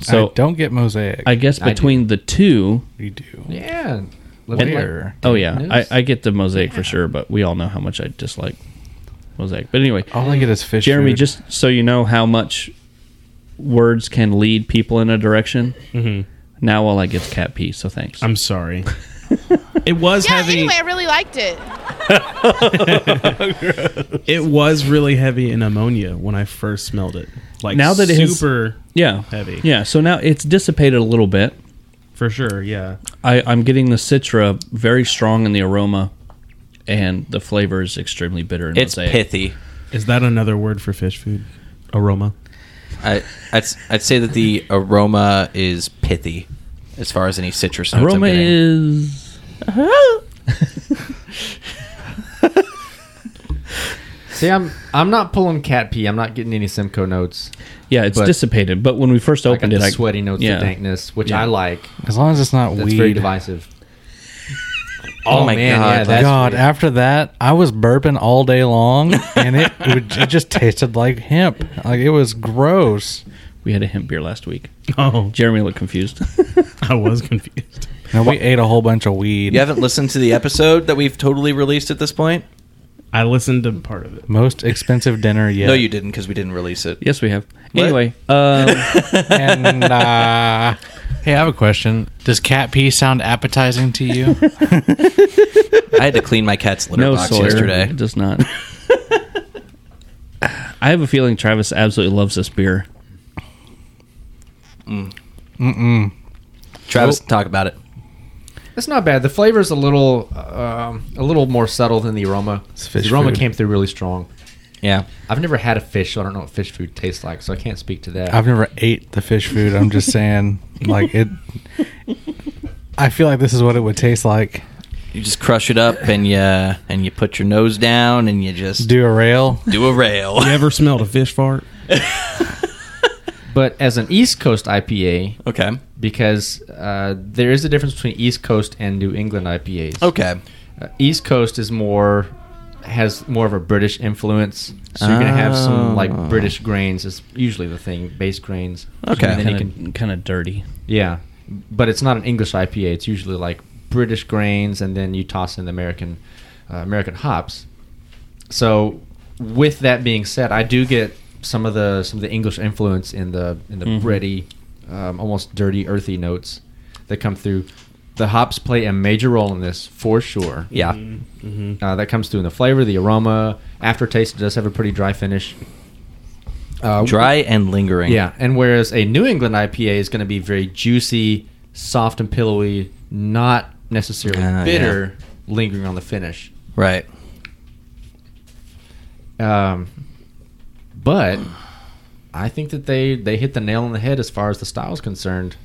So
I don't get mosaic.
I guess between the two,
you do.
Yeah.
And- oh yeah, I, I get the mosaic for sure, but we all know how much I dislike mosaic. But anyway,
All I get is fish.
Jeremy,
food.
just so you know how much words can lead people in a direction.
Mm-hmm.
Now all I get's cat pee, so thanks.
I'm sorry. *laughs* it was
Yeah,
heavy.
anyway, I really liked it.
It was really heavy in ammonia when I first smelled it. Like
Now that it has-
super
yeah,
heavy.
Yeah, so now it's dissipated a little bit.
for sure. Yeah,
I, I'm getting the citra very strong in the aroma, and the flavor is extremely bitter. In
It's
mosaic.
pithy.
is that another word for fish food? Aroma.
I, I'd, s- I'd say that the aroma is pithy as far as any citrus notes
Aroma
I'm getting.
is
See, I'm I'm not pulling cat pee. I'm not getting any Simcoe notes.
yeah, it's
But-
dissipated. But when we first
I got
opened
the
it,
sweaty notes,
yeah.
the dankness, which
Yeah.
I like.
as long as it's not
That's
weed.
very divisive.
Oh my God,
yeah, that's
God,
weird.
after that, I was burping all day
*laughs*
long, and it would, it just tasted like hemp. Like it was gross.
we had a hemp beer last week.
*laughs* Oh,
Jeremy looked confused. *laughs*
I was confused.
And we ate a whole bunch of weed.
You haven't listened to the episode that we've totally released at this point?
I listened to part of it.
Most expensive dinner yet.
No, you didn't because we didn't release it.
yes, we have. Anyway, um,
*laughs* And, uh,
Hey, I have a question. Does cat pee sound appetizing to you?
*laughs*
I had to clean my cat's litter
no
box
Sawyer
yesterday.
does not. I have a feeling Travis absolutely loves this beer.
Travis,
Oh.
talk about it.
It's not bad. The flavor's a little um, a little more subtle than the aroma.
fish
the aroma
food.
came through really strong.
Yeah.
I've never had a fish, so I don't know what fish food tastes like, so I can't speak to that.
I've never ate the fish food. I'm just saying, like it. I feel like this is what it would taste like.
You just crush it up and you and you put your nose down and you just do,
Do a rail.
a rail.
You ever smelled a fish fart?
but as an East Coast IPA,
*laughs* Okay.
because uh, there is a difference between East Coast and New England IPAs.
Okay.
Uh, East Coast is more has more of a British influence, so you're gonna have some like
Oh.
Ah.
British grains. Is usually the thing, base grains.
Okay.
And then you
Kind
can
of, kind of dirty.
Yeah, but it's not an English IPA. It's usually like British grains, and then you toss in the American uh, American hops. So, with that being said, I do get some of the some of the English influence in the in the
Mhm.
bready, um, almost dirty, earthy notes that come through. The hops play a major role in this for sure.
Yeah.
Uh, that comes through in the flavor, the aroma, aftertaste. It does have a pretty dry finish. Uh,
Dry and lingering.
yeah, and whereas a New England IPA is going to be very juicy, soft and pillowy, not necessarily
Ah,
bitter, lingering on the finish.
Right.
Um, but I think that they they hit the nail on the head as far as the style is concerned.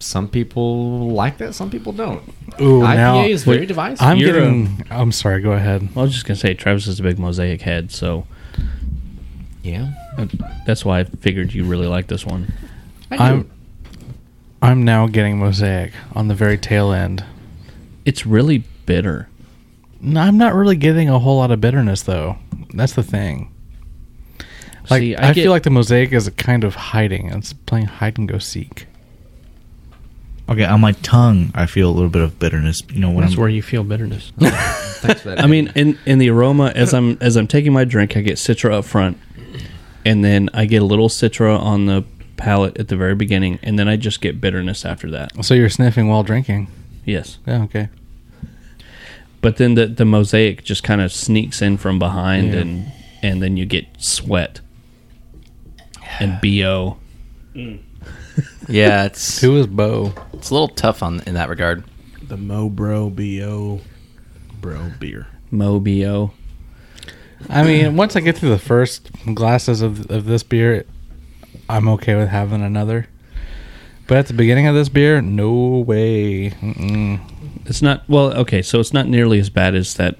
Some people like that, some people don't.
Ooh,
IPA
now
is very divisive.
I'm
You're a-
getting. i I'm sorry. Go ahead.
I was just gonna say Travis is a big mosaic head, so
yeah,
that's why I figured you really like this one.
I do.
I'm. I'm now getting mosaic on the very tail end.
It's really bitter.
No, I'm not really getting a whole lot of bitterness though. That's the thing. Like
See,
I,
I, get,
feel like the mosaic is a kind of hiding. It's playing hide and go seek.
Okay, on my tongue, I feel a little bit of bitterness. You know when
That's
I'm
where you feel
*laughs*
bitterness.
Thanks for that.
I mean, in in the aroma as I'm as I'm taking my drink, I get citra up front, and then I get a little citra on the palate at the very beginning, and then I just get bitterness after that.
So you're sniffing while drinking.
Yes,
Yeah, okay.
but then the the mosaic just kind of sneaks in from behind, and and then you get sweat and bo.
Yeah, it's
Who is Bo?
it's a little tough on in that regard.
The Mo Bro Bo Bro beer.
Mo bo.
I mean, once I get through the first glasses of, of this beer, I'm okay with having another. But at the beginning of this beer, no way. Mm-mm.
It's not well. Okay, so it's not nearly as bad as that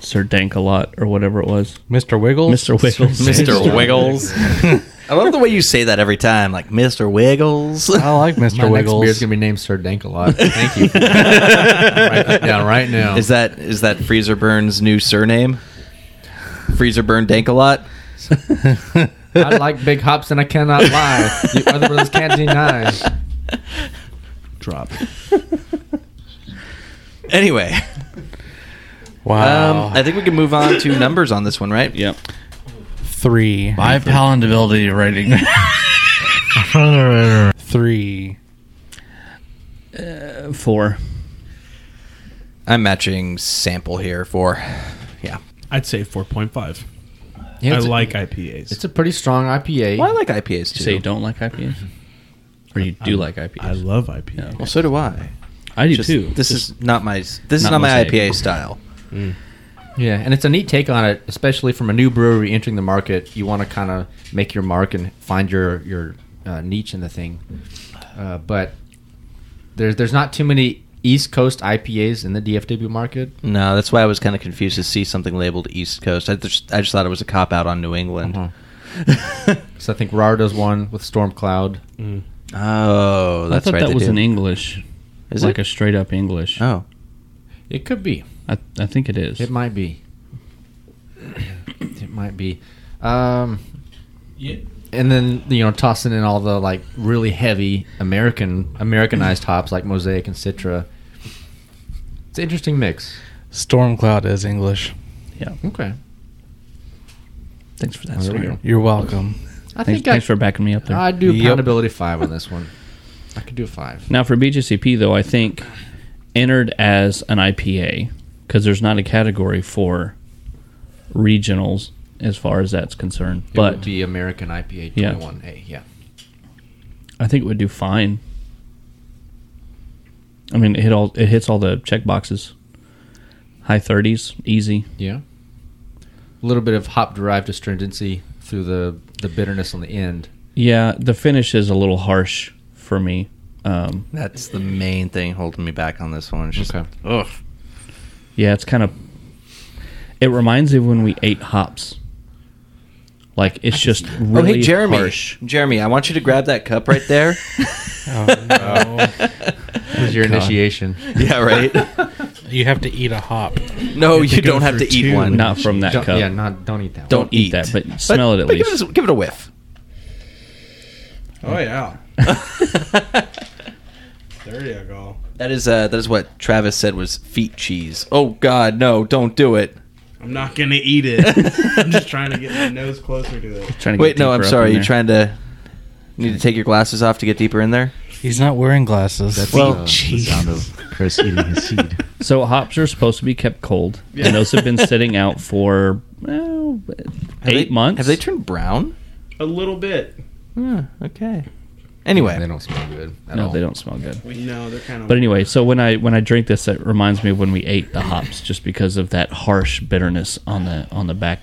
Sir Dank a lot or whatever it was,
Mr. Wiggles?
Mister
*laughs*
Wiggles.
Mr. Wiggles. I love the way you say that every time, like Mr. *laughs* Wiggles.
I like Mr.
My next
Wiggles.
beer's gonna be named Sir Dank a lot. Thank you. *laughs* write that down right now.
Is that is that Freezer Burns' new surname? Freezer Burn Dankalot.
I like big hops and I cannot lie. You other brothers can't deny.
Drop.
Anyway, um,
wow.
I think we can move on *laughs* to numbers on this one, right?
Yep.
three.
My palatability rating. *laughs*
Three.
Four.
I'm matching sample here for, yeah.
I'd say 4.5.
Yeah,
I
it's,
like IPAs.
it's a pretty strong IPA.
Well, I like IPAs
You say you
too.
don't like IPAs, or you do like IPAs?
I love IPAs.
Well, so do I.
I do
Just-
too.
This is not my this is
not
not my
mosaic.
IPA style.
Yeah, and it's a neat take on it, especially from a new brewery entering the market. You want to kind of make your mark and find your your uh, niche in the thing. Uh, but there's there's not too many East Coast IPAs in the DFW market.
No, that's why I was kind of confused to see something labeled East Coast. I just I just thought it was a cop out on New England. Uh-huh.
So I think Rar does one with Storm Cloud.
*laughs*
Mm.
Oh,
I
that's
thought
right.
that
they
was
do.
an English,
Is
like
it?
a straight up English.
oh,
It could be.
I, I think it is.
It might be. It might be. Um, And then you know, tossing in all the like really heavy American Americanized *clears throat* hops like Mosaic and Citra. It's an interesting mix.
Stormcloud is English.
Okay,
Thanks for that.
There we
Sawyer.
go.
You're welcome.
I
Thanks,
think I,
thanks for backing me up there.
I do
Yep.
*laughs* poundability five on this one. I could do a five.
Now for BJCP though, I think entered as an IPA because there's not a category for regionals as far as that's concerned.
it would
but
be American IPA
Yeah.
twenty one A. Yeah,
I think it would do fine. I mean, it hit all it hits all the check boxes. High thirties, easy.
yeah. A little bit of hop derived astringency through the the bitterness on the end.
Yeah, the finish is a little harsh for me. Um,
that's the main thing holding me back on this one. It's just,
Okay.
Ugh.
yeah, it's kind of. It reminds me of when we ate hops. Like it's just really
oh, hey, Jeremy.
harsh.
Jeremy, I want you to grab that cup right
*laughs*
there.
This is your initiation.
yeah, right.
You have to eat a hop.
*laughs* No, you don't have to eat one.
Not from that
Don't,
cup.
yeah, not don't eat that.
Don't
eat
eat
that, but smell it at
but give
least.
us- Give it a whiff.
Oh,
*laughs*
yeah. there you go.
That is uh, that is what Travis said was feet cheese. Oh God, no! Don't do it.
I'm not going to eat
*laughs*
it. I'm just trying to get my nose closer to it.
Trying to
Wait,
get
no,
deeper
I'm
up
sorry.
in
You
there.
trying to you need to take your glasses off to get deeper in there?
He's not wearing glasses.
well, the sound of Chris eating his seed.
So hops are supposed to be kept cold, and those
*laughs*
have been sitting out for well,
Have
eight
they-
months.
Have they turned brown?
A little bit.
Okay.
They
Anyway,
don't smell good at
no,
all.
they don't smell good.
We know they're kind of.
But anyway, so when I when I drink this, it reminds me of when we ate the hops, just because of that harsh bitterness on the on the back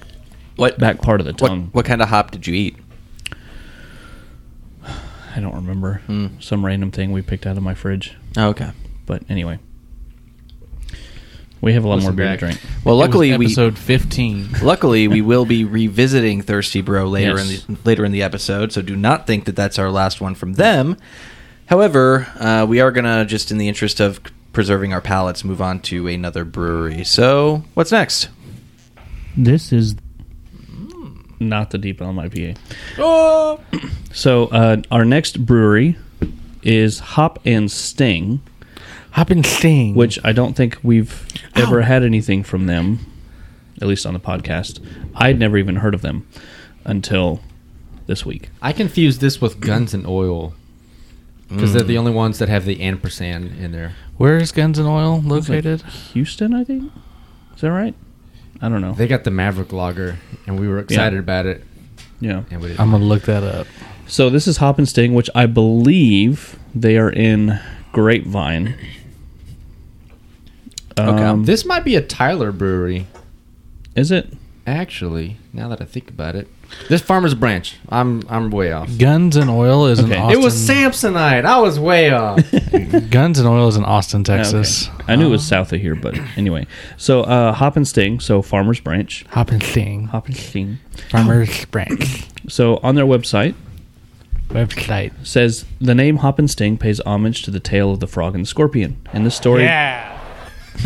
what
back part of the
what
tongue.
what kind of hop did you eat?
I don't remember
Hmm.
some random thing we picked out of my fridge.
Oh, okay.
But anyway, we have a lot
Listen
more beer
back.
to drink.
Well, luckily
It was
we
episode 15.
*laughs* luckily we will be revisiting Thirsty Bro later
Yes.
in the, later in the episode, so do not think that that's our last one from them. However, uh, we are gonna just in the interest of preserving our palates, move on to another brewery. So, what's next?
This is
Not the deep elm IPA. So uh, our next brewery is Hop and Sting.
Hop and sting.
which I don't think we've ever had anything from them, at least on the podcast. I'd never even heard of them until this week.
I confuse this with Guns and Oil because they're the only ones that have the ampersand in there.
Where is Guns and Oil located?
Houston, I think. Is that right? I don't know.
They got the Maverick Lager, and we were excited about it,
Yeah.
and we didn't.
I'm gonna look that up.
So this is Hop and Sting, which I believe they are in Grapevine.
Um,
Um,
this might be a Tyler brewery.
Is it?
actually, now that I think about it, this Farmer's Branch. I'm I'm way off.
Guns and Oil is an
Okay.
in
It
Austin.
It was Samsonite. I was way *laughs* off.
Guns and Oil is in Austin,
Okay.
Texas.
I knew it was south of here, but *clears throat* anyway. So uh, Hop and Sting, so Farmers Branch.
Hop and Sting.
Hop and Sting.
Farmers Branch.
So on their website
Website.
says the name Hop and Sting pays homage to the tale of the frog and the scorpion. In this story, *laughs*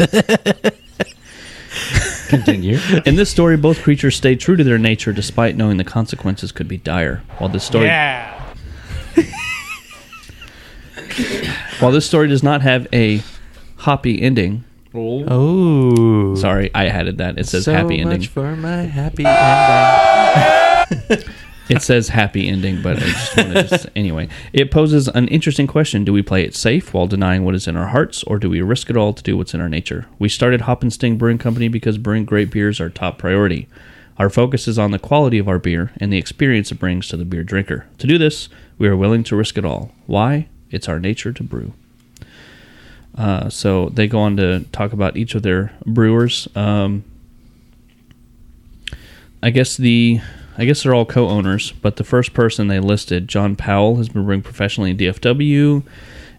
Continue.
in this story, both creatures stay true to their nature despite knowing the consequences could be dire. While this story, *laughs* while this story does not have a hoppy ending,
Oh.
sorry, I added that. It says happy ending.
for my happy ending.
It says happy ending, but I just want to just anyway. It poses an interesting question: Do we play it safe while denying what is in our hearts, or do we risk it all to do what's in our nature? We started Hop and Sting Brewing Company because brewing great beer is our top priority. Our focus is on the quality of our beer and the experience it brings to the beer drinker. To do this, we are willing to risk it all. Why? It's our nature to brew. Uh, so they go on to talk about each of their brewers. Um, I guess the I guess they're all co-owners, but the first person they listed, John Powell, has been brewing professionally in DFW,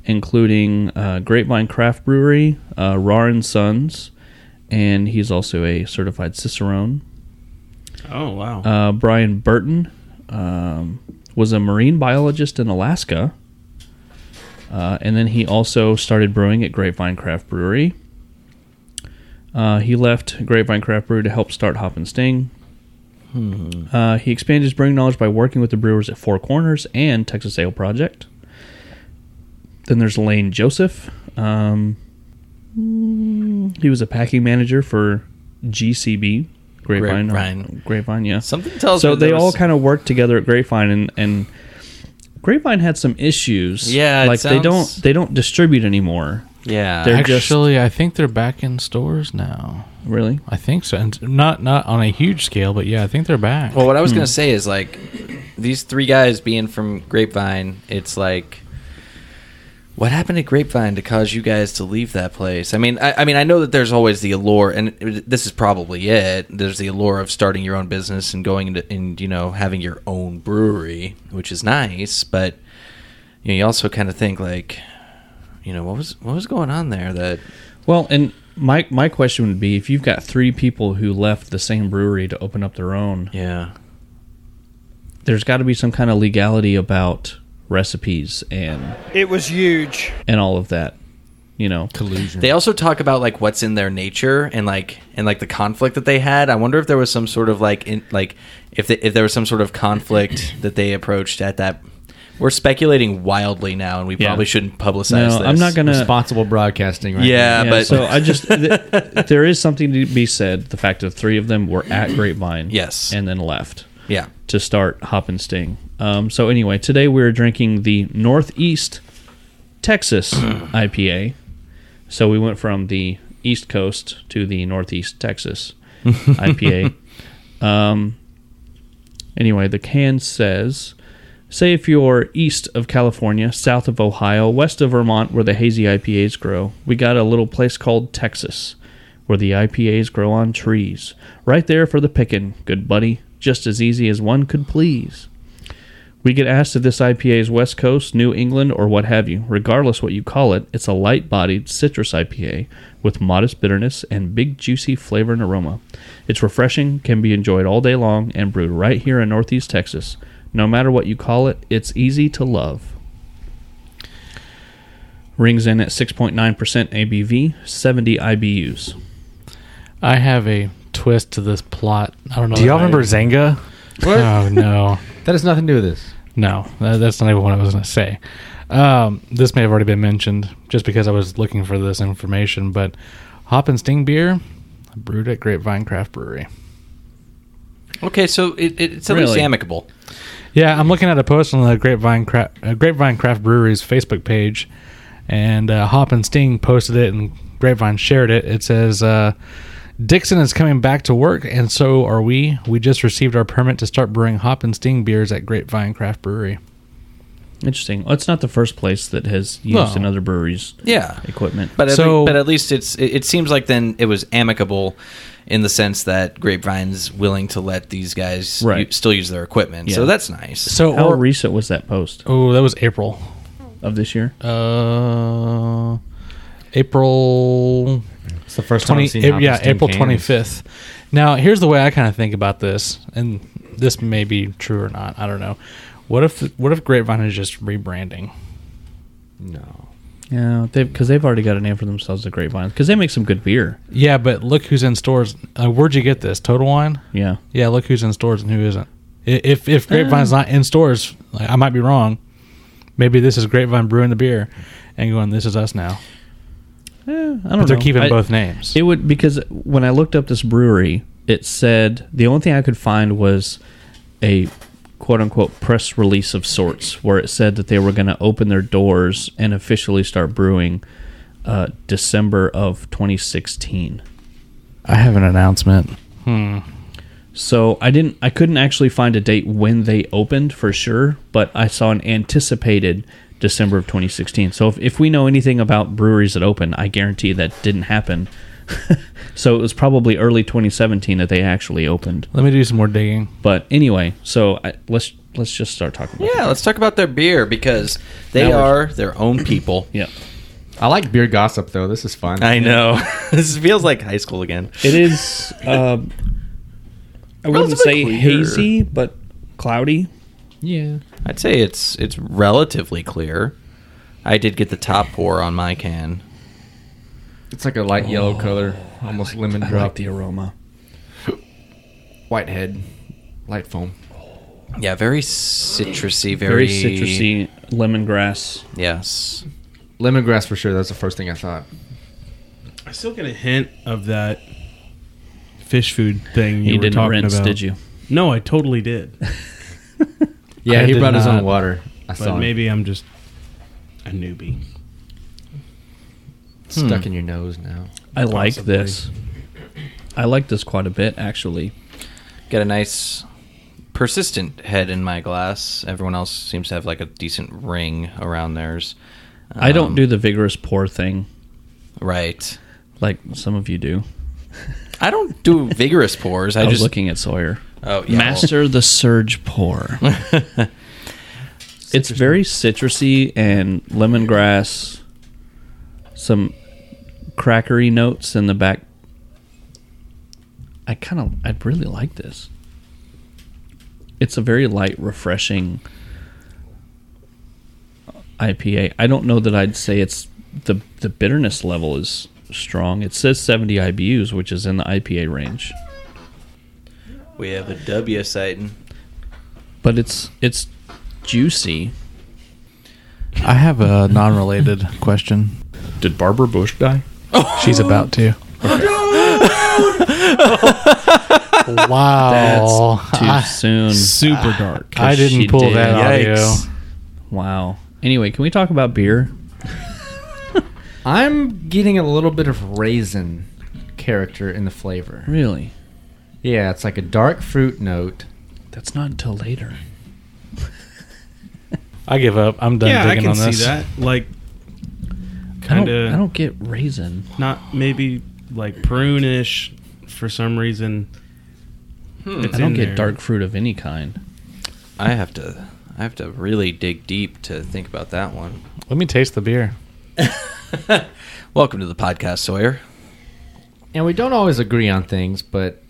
including uh, Grapevine Craft Brewery, uh, Rar and Sons, and he's also a certified cicerone.
Oh wow.
Uh, Brian Burton um, was a marine biologist in Alaska, uh, and then he also started brewing at Grapevine Craft Brewery. Uh, he left Grapevine Craft Brewery to help start Hop and Sting. Uh, he expanded his brewing knowledge by working with the brewers at Four Corners and Texas Ale Project. Then there's Lane Joseph. Um, mm, he was a packing manager for GCB Grapevine.
Grapevine.
Grapevine, yeah.
Something tells me
so they
there
all
was-
kind of worked together at Grapevine, and, and Grapevine had some issues.
Yeah, it
like they don't
sounds-
they don't distribute anymore.
Yeah.
They're just
Actually, I think they're back in stores now.
really.
I think so. And not not on a huge scale, but yeah, I think they're back.
Well, what I was gonna say is like these three guys being from Grapevine, it's like what happened at Grapevine to cause you guys to leave that place? I mean, I, I mean, I know that there's always the allure, and it- this is probably it. There's the allure of starting your own business and going into and you know having your own brewery, which is nice, but you, know, you also kind of think like, you know, what was what was going on there that
Well, and my my question would be if you've got three people who left the same brewery to open up their own,
yeah.
there's got to be some kind of legality about recipes and
It was huge.
and all of that, you know.
They also talk about like what's in their nature and like and like the conflict that they had. I wonder if there was some sort of like in, like if the, if there was some sort
*clears throat*
of conflict that they approached at that. We're speculating wildly now, and we
Yeah.
probably shouldn't publicize.
No,
this.
I'm not gonna.
Responsible broadcasting, right?
Yeah,
Yeah,
but
so
*laughs*
I just th- *laughs* there is something to be said. The fact that three of them were at Grapevine,
Yes.
and then left.
yeah,
to start Hop and Sting. Um, so anyway, today we're drinking the Northeast Texas IPA. So we went from the East Coast to the Northeast Texas IPA. Um, anyway, the can says. Say if you're east of California, south of Ohio, west of Vermont, where the hazy IPAs grow, we got a little place called Texas, where the IPAs grow on trees. Right there for the pickin', good buddy, just as easy as one could please. We get asked if this IPA is West Coast, New England, or what have you. Regardless what you call it, it's a light bodied citrus IPA with modest bitterness and big juicy flavor and aroma. It's refreshing, can be enjoyed all day long, and brewed right here in Northeast Texas. No matter what you call it, it's easy to love. Rings in at 6.9% ABV, 70 IBUs.
I have a twist to this plot. I don't know.
Do y'all
if I-
remember Zanga?
Oh no,
That has nothing to do with this.
no, That- that's not even what I was going to say. Um, this may have already been mentioned, just because I was looking for this information. But Hop and Sting beer, brewed at Grapevine Craft Brewery.
okay. So it, it, it's at least
Really?
amicable.
Yeah, I'm looking at a post on the Grapevine Craft, uh, Grapevine Craft Brewery's Facebook page, and uh, Hop and Sting posted it, and Grapevine shared it. It says, uh, "Dixon is coming back to work, and so are we. We just received our permit to start brewing Hop and Sting beers at Grapevine Craft Brewery."
Interesting. Well, it's not the first place that has used
No.
another brewery's
Yeah.
equipment.
But at
So-
lea- but at least it's it, it seems like then it was amicable in the sense that Grapevine's willing to let these guys u-
Right.
still use their equipment. So
Yeah.
that's nice.
So
how
or-
recent was that post
oh, that was April.
of this year?
Uh, April
It's the first time
twenty.
I've seen
Ap- yeah,
Hopperstein
April
cans.
twenty fifth. Now, here's the way I kind of think about this, and this may be true or not. I don't know. What if what if Grapevine is just rebranding?
No.
Yeah, they've because they've already got a name for themselves, the Grapevine, because they make some good beer.
Yeah, but look who's in stores. Uh, where'd you get this? Total Wine.
Yeah,
Yeah, look who's in stores and who isn't. I- If if Grapevine's not in stores, like, I might be wrong. Maybe this is Grapevine brewing the beer and going, "This is us now."
Eh, I don't know.
But they're keeping
I-
both names.
It would because when I looked up this brewery, it said the only thing I could find was a quote unquote press release of sorts where it said that they were going to open their doors and officially start brewing uh, December of 2016.
I have an announcement. Hmm.
So I didn't I couldn't actually find a date when they opened for sure, but I saw an anticipated December of 2016. So if, if we know anything about breweries that open, I guarantee that didn't happen. *laughs* so it was probably early 2017 that they actually opened.
Let me do some more digging.
But anyway, so I, let's let's just start talking about
Yeah,
that.
let's talk about their beer because they
Now we're-
are their own *clears throat* people.
Yeah.
I like beer gossip though. This is fun.
I *laughs* know. this feels like high school again.
It is um I wouldn't say
Relatively clear.
hazy, but cloudy.
yeah.
I'd say it's it's relatively clear. I did get the top pour on my can.
It's like a light yellow color, almost lemon
I
drop,
like the aroma.
white head, light foam.
Yeah, very citrusy, very,
Very citrusy lemongrass.
Yes.
Lemongrass for sure. That's the first thing I thought.
I still get a hint of that fish food thing you,
You,
were
didn't
talking
rinse,
about.
did you?
No, I totally
*laughs*
did.
Yeah,
I
he
did
brought his own
not.
water. I
But
saw maybe
maybe I'm just a newbie.
stuck in your nose now.
I like
Possibly.
this. I like this quite a bit, actually.
Got a nice persistent head in my glass. Everyone else seems to have like a decent ring around theirs.
I don't
Um,
do the vigorous pour thing
right.
like some of you do.
I don't do vigorous *laughs* pours.
I,
I,
was
just
looking at Sawyer.
Oh, yeah, well-
Master the surge *laughs* pour. it's very citrusy and lemongrass, some crackery notes in the back. I kind of, I really like this. It's a very light, refreshing IPA. I don't know that I'd say it's the the bitterness level is strong. It says 70 IBUs, which is in the IPA range.
we have a W sighting.
but it's it's juicy.
I have a non-related question.
Did Barbara Bush die?
She's about to. wow.
Too *laughs* soon. Ah,
Super dark.
I
she
didn't pull
did.
that audio.
Yikes.
Wow. Anyway, can we talk about beer?
I'm getting a little bit of raisin character in the flavor.
Really?
Yeah, it's like a dark fruit note.
That's not until later.
I give up. I'm done
yeah, I
digging
can
on
see
this.
that. Like,
I don't,
kind of
I don't get raisin.
not maybe like prune-ish for some reason. It's
I don't
in
get
there.
dark fruit of any kind.
I have to I have to really dig deep to think about that one.
Let me taste the beer.
Welcome to the podcast, Sawyer.
And we don't always agree on things, but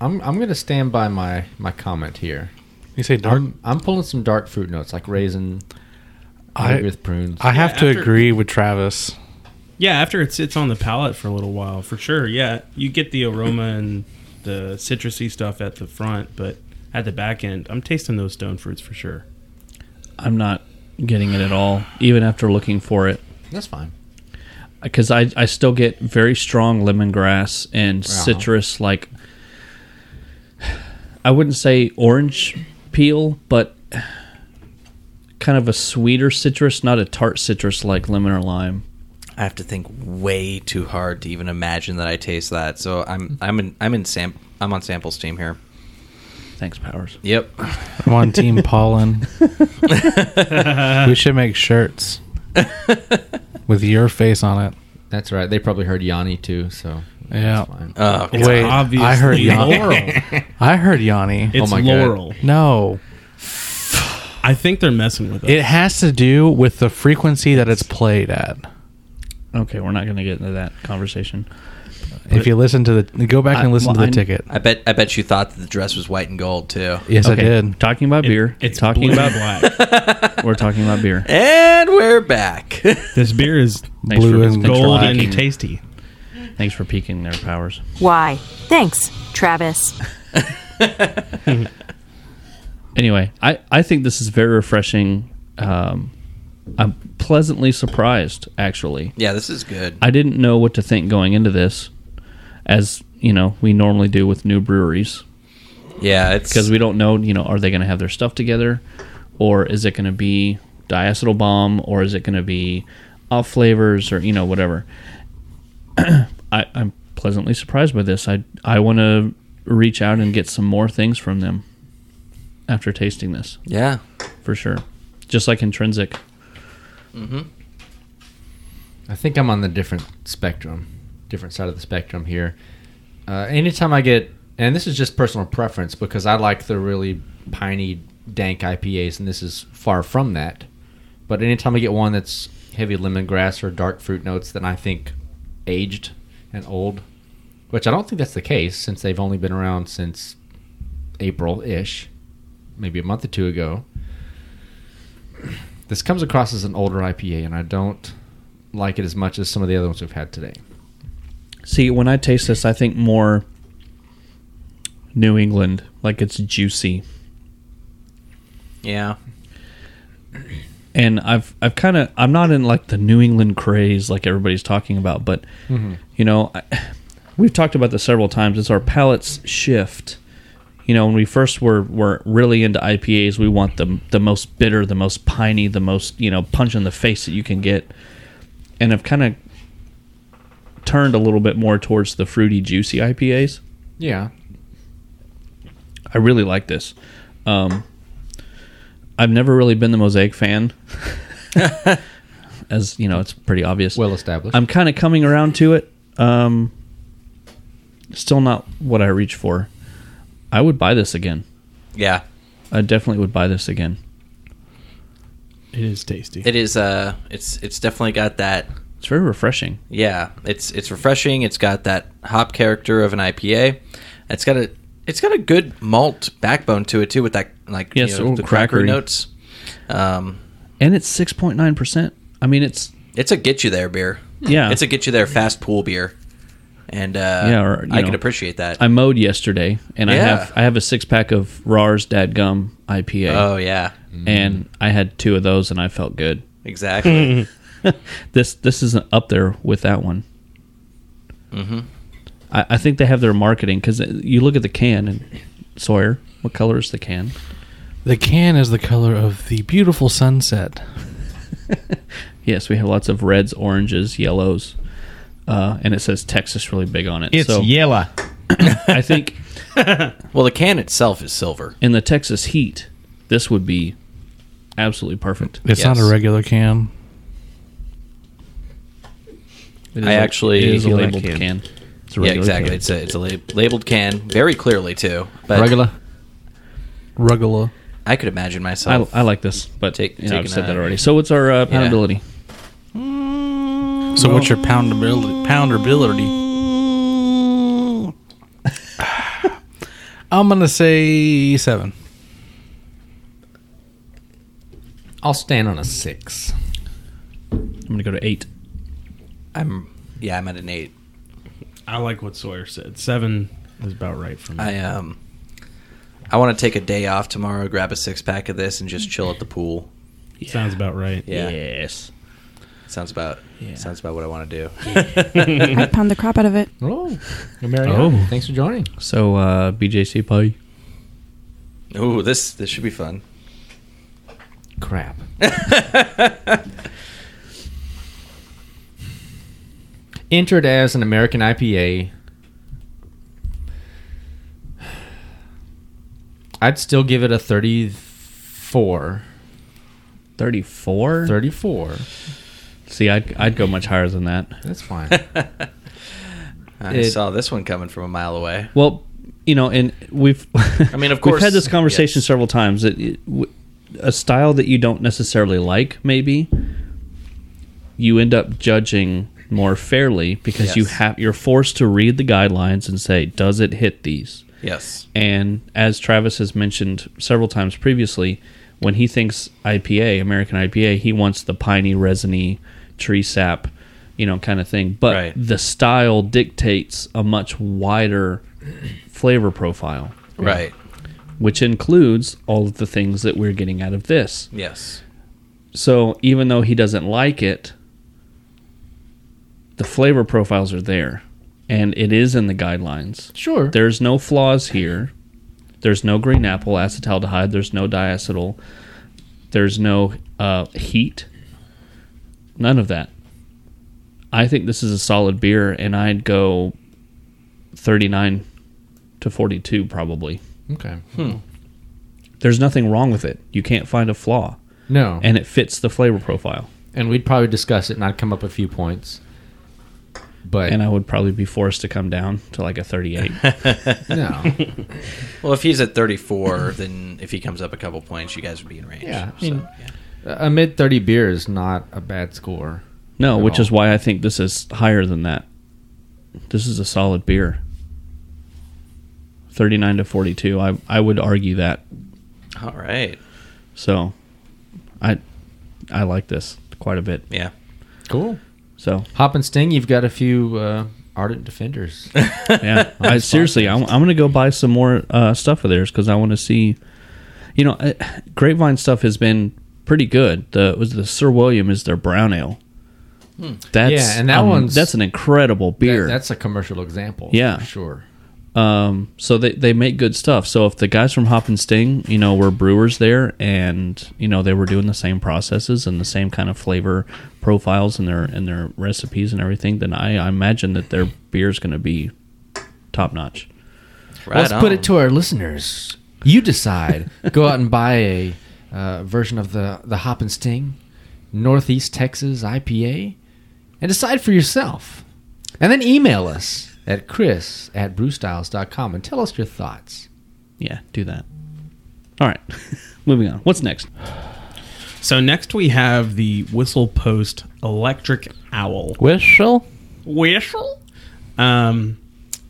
I'm I'm gonna stand by my my comment here.
You say dark?
I'm, I'm pulling some dark fruit notes like raisin,
I-
maybe with prunes.
I have to
after-
agree with Travis.
Yeah, after it sits on the palate for a little while, for sure. Yeah, you get the aroma and the citrusy stuff at the front, but at the back end, I'm tasting those stone fruits for sure.
I'm not getting it at all, even after looking for it.
That's fine.
Because I, I still get very strong lemongrass and citrus, like, I wouldn't say orange peel, but kind of a sweeter citrus, not a tart citrus like lemon or lime.
I have to think way too hard to even imagine that I taste that. So I'm I'm in I'm in sam I'm on samples team here.
Thanks, Powers.
Yep.
I'm on Team Pollen. we should make shirts with your face on it.
That's right. They probably heard Yanni too, so
Yeah.
that's fine.
Oh,
It's
Wait,
obviously
I
*laughs*
heard
Laurel.
Oh
Yanni. I heard Yanni. Oh
It's
my God.
Laurel.
No,
I think they're messing with us.
it has to do with the frequency that it's played at.
Okay, we're not going to get into that conversation.
If you listen to the, go back and
I-
listen
well,
to the
I-
ticket.
I bet I bet you thought that the dress was white and gold too.
Yes,
okay,
I did.
Talking about beer.
It's
talking
blue
about.
and black.
we're talking about beer.
And we're back. *laughs*
this beer is
Thanks
Blue
for,
and
thanks for
gold
peeking-
and tasty.
Thanks for peeking their powers.
Why? Thanks, Travis.
Anyway, I, I think this is very refreshing. Um, I'm pleasantly surprised, actually.
yeah, this is good.
I didn't know what to think going into this, as you know we normally do with new breweries,
Yeah, it's
because we don't know you know are they going to have their stuff together, or is it going to be diacetyl bomb, or is it going to be off flavors, or you know whatever. *clears throat* I, I'm pleasantly surprised by this. I I want to reach out and get some more things from them after tasting this
yeah.
for sure. Just like intrinsic,
I think I'm on the different spectrum, different side of the spectrum here. Uh, anytime I get, and this is just personal preference because I like the really piney, dank IPAs, and this is far from that. But anytime I get one that's heavy lemongrass or dark fruit notes, then I think aged and old, which I don't think that's the case since they've only been around since April ish, maybe a month or two ago. This comes across as an older IPA, and I don't like it as much as some of the other ones we've had today.
See, when I taste this, I think more New England, like it's juicy.
Yeah.
And I've I've kind of I'm not in like the New England craze like everybody's talking about, but you know, I, we've talked about this several times. It's our palates shift. You know, when we first were were really into IPAs, we want the the most bitter, the most piney, the most you know punch in the face that you can get. And I've kind of turned a little bit more towards the fruity, juicy IPAs.
Yeah,
I really like this. Um, I've never really been the Mosaic
*laughs*
fan, as you know, it's pretty obvious.
well established.
I'm kind of coming around to it. Um, still not what I reach for. I would buy this again.
Yeah.
I definitely would buy this again.
It is tasty.
It is uh it's it's definitely got that
It's very refreshing.
yeah, it's it's refreshing. It's got that hop character of an IPA. It's got a it's got a good malt backbone to it too with that like
Yes, a
you know,
little
the cracker
crackery.
notes. Um
And it's 6.9%. I mean, it's
it's a get you there beer.
Yeah.
Hmm. It's a get you there fast pool beer. And uh
Yeah, or, you
I
know,
can appreciate that.
I mowed yesterday and I
Yeah.
have I have a six pack of Rar's Dad Gum IPA.
oh yeah.
and I had two of those and I felt good.
Exactly.
*laughs* this this isn't up there with that one. Mm-hmm. I, I think they have their marketing because you look at the can and Sawyer, what color is the can?
The can is the color of the beautiful sunset.
Yes, we have lots of reds, oranges, yellows, uh, and it says Texas really big on it.
It's
so
yellow.
*coughs* I think
well, the can itself is silver.
in the Texas heat, this would be absolutely perfect.
It's not a
Yes.
regular can.
It is
I
a-
actually
it is a
feel that
labeled
can.
can. It's a
Yeah,
regular
exactly.
can.
It's a it's a lab- labeled can very clearly too. But
Regular.
Rugula.
I could imagine
I,
myself.
I like this, but
Take-
you know,
taking
I've said
that.
that already. So what's our uh,
Yeah.
poundability?
So what's your poundability? Poundability. I'm gonna say seven.
I'll stand on a six.
I'm gonna go to eight.
I'm yeah, I'm at an eight.
I like what Sawyer said. Seven is about right for me.
I um I want to take a day off tomorrow, grab a six pack of this, and just chill at the pool.
Sounds about right.
Yeah,
Yes.
sounds about sounds about what I want to do.
I pound the crap out of it.
Oh, Mary.
Oh.
thanks for joining.
So uh, BJC pie.
Ooh, this this should be fun.
*laughs*
Crap. Entered as an American IPA.
I'd still give it a 34.
34?
34.
See, I'd, I'd go much higher than that.
That's fine.
I
It-
saw this one coming from a mile away.
Well, you know, and we've. I
mean, of course,
*laughs* we've had this conversation several times. That it, w- a style that you don't necessarily like, maybe you end up judging more fairly because you
Yes.
have you're forced to read the guidelines and say, does it hit these?
Yes.
And as Travis has mentioned several times previously, when he thinks IPA, American IPA, he wants the piney, resiny, tree sap, you know, kind of thing. But
Right.
the style dictates a much wider flavor profile.
Right.
Which includes all of the things that we're getting out of this.
Yes.
So even though he doesn't like it, the flavor profiles are there and it is in the guidelines.
Sure.
There's no flaws here. There's no green apple acetaldehyde. There's no diacetyl. There's no uh, heat. None of that. I think this is a solid beer, and I'd go 39 to 42 probably.
Okay.
There's nothing wrong with it. You can't find a flaw.
No.
And it fits the flavor profile.
And we'd probably discuss it and I'd come up a few points. But
And I would probably be forced to come down to like a 38.
no.
Well, if he's at 34, *coughs* then if he comes up a couple points, you guys would be in range.
Yeah, I
So,
mean, a mid thirty beer is not a bad score.
No,
at
which
all.
is why I think this is higher than that. This is a solid beer. 39 to 42. I I would argue that.
All right.
So I I like this quite a bit.
Yeah.
cool. *laughs*
So,
Hop and Sting, you've got a few uh, ardent defenders.
yeah. I seriously I'm, I'm going to go buy some more uh, stuff of theirs cuz I want to see you know, uh, Grapevine stuff has been pretty good. The was the Sir William is their brown ale. That's
Hmm.
um,
Yeah, and that one's-
that's an incredible beer.
That- that's a commercial example.
Yeah.
for sure.
Um, so they, they make good stuff. So if the guys from Hop and Sting, you know, were brewers there and, you know, they were doing the same processes and the same kind of flavor profiles and their and their recipes and everything, then I, I imagine that their beer's gonna be top notch.
Right
Let's put it
on.
to our listeners. You decide. Go out and buy a uh, version of the the Hop and Sting Northeast Texas IPA, and decide for yourself. And then email us at chris at brewstyles.com and tell us your thoughts.
Yeah, do that. All right. *laughs* Moving on. What's next?
So next we have the Whistle Post Electric Owl.
Whistle?
Whistle? Um,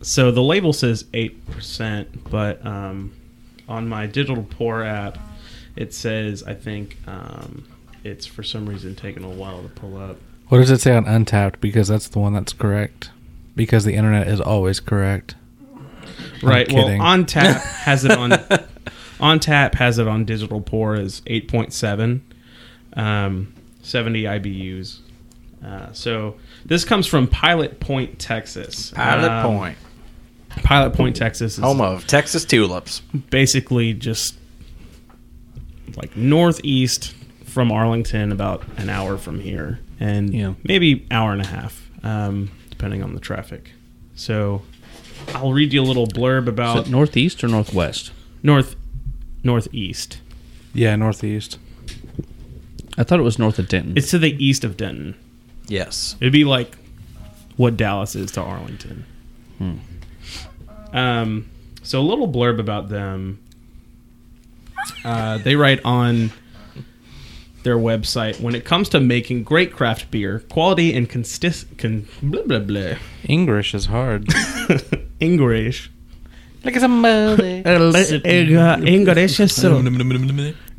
so the label says 8%, but um, on my digital pour app, it says, I think um, it's for some reason taking a while to pull up.
What does it say on Untapped? Because that's the one that's correct. Because the internet is always correct. I'm
Right. Well,
kidding.
*laughs*
on tap has it on on tap has it on digital pour as 8.7 um 70 IBUs. Uh, so this comes from Pilot Point, Texas.
Pilot
Um,
Point.
Pilot Point, Texas is
Home of Texas tulips.
basically just like northeast from Arlington, about an hour from here, and
Yeah.
maybe hour and a half, um, depending on the traffic. So I'll read you a little blurb
Is
about
it northeast or northwest?
north northeast.
Yeah, northeast.
I thought it was north of Denton.
It's to the east of Denton.
Yes.
It'd be like what Dallas is to Arlington. Um, so a little blurb about them. Uh, they write on their website when it comes to making great craft beer, quality and consist con- blah blah blah
English is *laughs* hard.
English.
Look at some money.
English is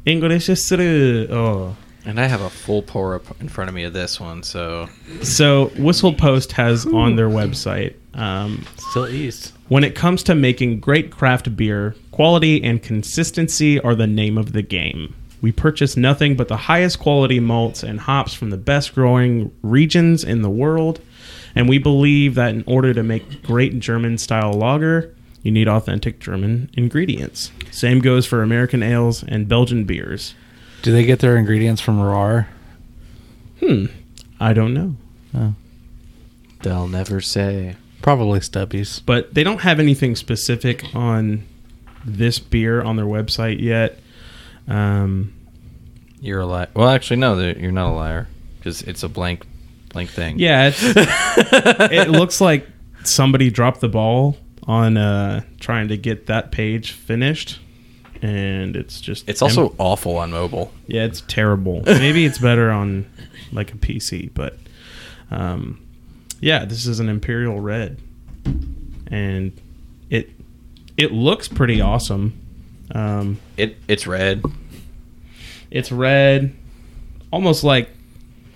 English is oh.
And I have a full pour up in front of me of this one, so
So Whistle Post has on their website. Um,
Still east.
When it comes to making great craft beer, quality and consistency are the name of the game. We purchase nothing but the highest quality malts and hops from the best growing regions in the world, and we believe that in order to make great German style lager, you need authentic German ingredients. Same goes for American ales and Belgian beers.
*laughs* Do they get their ingredients from RAR?
Hmm, I don't know.
they'll never say.
Probably Stubbies.
but they don't have anything specific on this beer on their website yet. Um,
You're a liar. Well, actually, no, that- you're not a liar because it's a blank, blank thing. *laughs*
yeah, it's, it looks like somebody dropped the ball on uh, trying to get that page finished, and it's just
It's also awful on mobile.
Yeah, it's
*laughs*
terrible. Maybe it's better on like a PC, but um, yeah, this is an Imperial Red, and it it looks pretty awesome. Um,
it it's red.
It's red, almost like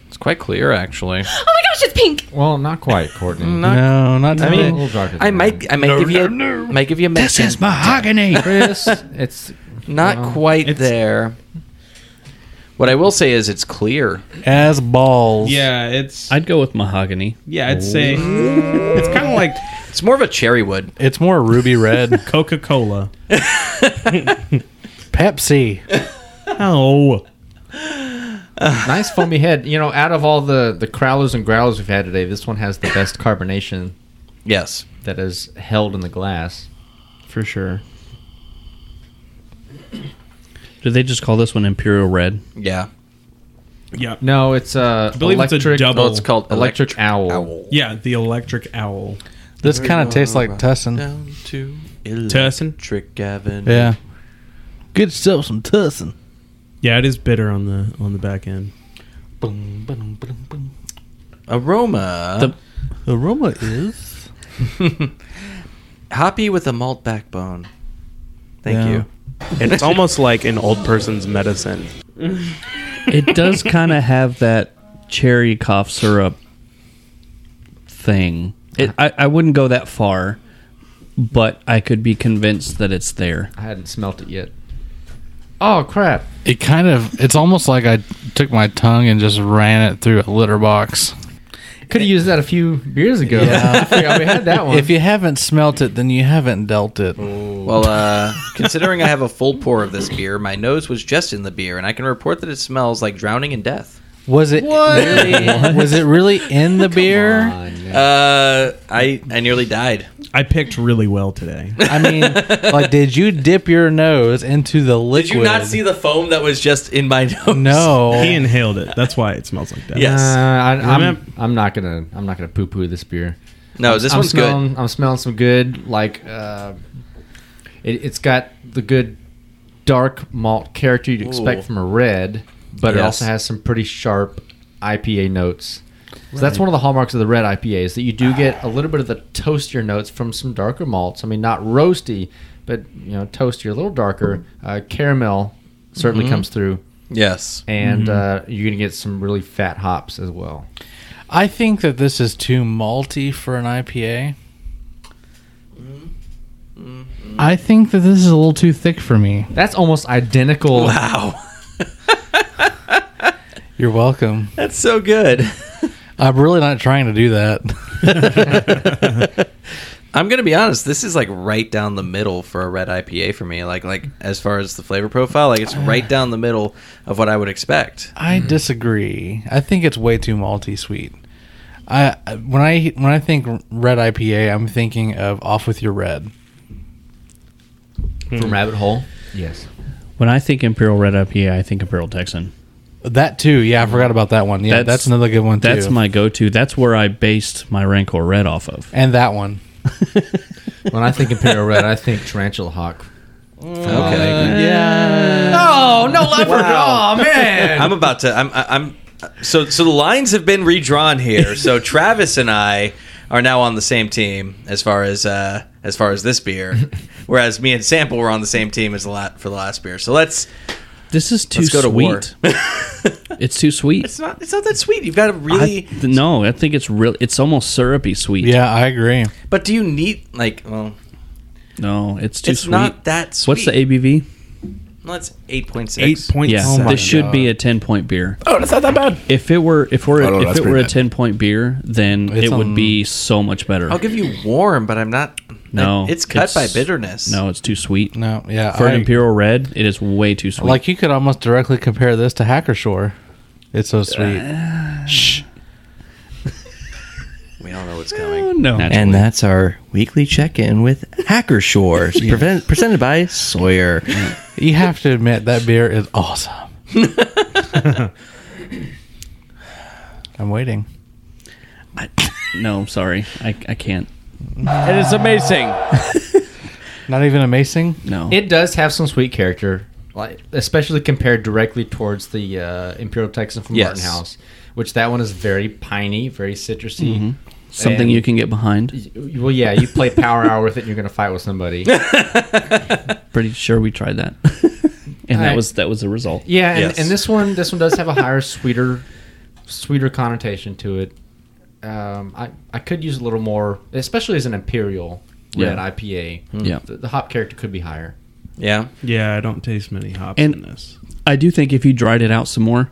it's quite clear actually.
Oh my gosh, it's pink.
Well, not quite, Courtney.
Mm,
No, not
I
today.
mean,
A little darker
I
than
might, I might give you, a, might give you a.
This
Mexican
is mahogany. Chris, it's
not
well,
quite there. What I will say is it's clear.
As balls.
Yeah, it's.
I'd go with mahogany.
yeah, I'd say it's kind of like
It's more of a cherry wood.
It's more ruby red.
Coca Cola.
*laughs* Pepsi.
Oh.
nice foamy head. You know, out of all the the crowlers and growlers we've had today, this one has the best carbonation.
Yes,
that is held in the glass.
For sure.
Did they just call this one Imperial Red?
Yeah.
Yeah.
No, it's uh,
I believe it's a
electric.
double. Oh,
it's called
electric, owl.
Yeah, the electric owl.
This kind of tastes like Tussin.
Down to
Tussin?
Trick Gavin.
Yeah. Get yourself some Tussin.
Yeah, it is bitter on the on the back end.
Aroma.
The-
Aroma
*laughs*
is.
Hoppy with a malt backbone. Thank
Yeah.
you.
And it's almost like an old person's medicine.
it does kind of have that cherry cough syrup thing. It, I, I wouldn't go that far, but I could be convinced that it's there.
I hadn't smelt it yet. Oh crap!
It kind of. It's almost like I took my tongue and just ran it through a litter box.
Could have used that a few beers ago.
Yeah.
Yeah, *laughs* we had that one.
If you haven't smelt it, then you haven't dealt it.
Well, uh, considering I have a full pour of this beer, my nose was just in the beer, and I can report that it smells like drowning in death.
Was it?
*laughs*
was it really in the beer?
Uh, I I nearly died.
I picked really well today.
I mean, like, did you dip your nose into the liquid?
Did you not see the foam that was just in my *laughs* nose?
No.
He inhaled it. That's why it smells like that.
Yes.
Uh, I,
Remem-
I'm, I'm not gonna I'm not gonna poo poo this beer.
No, Oh, this
I'm
one's
smelling, I'm smelling some good like uh, it, it's got the good dark malt character you'd expect
Ooh.
from a red, but it
Yes.
also has some pretty sharp IPA notes. So that's one of the hallmarks of the red IPAs that you do get a little bit of the toastier notes from some darker malts. I mean, not roasty, but you know, toastier, a little darker. Uh, caramel certainly
Mm-hmm.
comes through,
good. Yes.
and uh, you're gonna get some really fat hops as well.
I think that this is too malty for an IPA.
Mm-hmm.
I think that this is a little too thick for me.
That's almost identical.
Wow. *laughs*
You're welcome.
That's so good. *laughs*
I'm really not trying to do that.
*laughs* I'm gonna be honest. This is like right down the middle for a red IPA for me. Like like as far as the flavor profile, like it's right down the middle of what I would expect.
I
Mm-hmm.
disagree. I think it's way too malty sweet. I I- when I when I think red IPA, I'm thinking of off with your red.
from Rabbit Hole. Yes.
When I think Imperial Red IPA, I think Imperial Texan.
That too. Yeah, I forgot about that one. Yeah, that's,
Mm-hmm. That's-
another good one too.
That's my go-to. That's where I based my Rancor Red off of.
and that one.
When I think Imperial Red, I think Tarantula Hawk.
Okay.
Oh no, leopard! Oh man!
I'm about to. I'm. I'm. So so the lines have been redrawn here. So Travis and I are now on the same team as far as uh, as far as this beer, whereas me and Sample were on the same team as the lot for the last beer. So let's
This is too
let's go to war.
sweet. it's too sweet.
it's not it's not that sweet. You've got to really.
I- no, I think it's real. It's almost syrupy sweet.
Yeah, I agree.
but do you need like? Well,
No, it's too
it's
sweet.
not that sweet.
What's the ABV?
Well, it's eight point
Eight
six. Oh
point
Yeah,
seven.
Oh this should be a ten point beer. Oh, that's not that bad. If it were, if we're,
Oh, no,
if
that's
it were
pretty
a
bad.
ten point beer, then
It's
it would
on-
be so much better.
I'll give you warm, but I'm not.
No,
it's cut by
it's-
bitterness.
No, it's too sweet.
No, yeah.
For
I-
an Imperial Red, it is way too sweet.
Like you could almost directly compare this to Hacker Shore. It's so sweet. Shh.
we all know know what's coming.
Oh, no.
And that's our weekly check-in with Hacker Shore,
*laughs*
prevent- presented by Sawyer.
You have to admit that beer is awesome. *laughs* I'm waiting.
No, I'm sorry. I, I can't.
It
is amazing.
Not even amazing.
No.
Mm-hmm. It does have some sweet character, like especially compared directly towards the uh, Imperial Texan from
Yes.
Martin House, which that one is very piney, very citrusy.
Mhm. Something you can get behind.
Y- Well, yeah, Mm-hmm. you play Power Hour with it, and you're going to fight with somebody.
Pretty sure we tried that, *laughs* and that
I-
was that was the result.
Yeah, and, and this one, this one does have a higher, sweeter, sweeter connotation to it. Um, I I could use a little more, especially as an imperial red
Yeah.
IPA.
Yeah.
the, the hop character could be higher.
Yeah.
Yeah, I don't taste many hops in
and
this.
I do think if you dried it out some more,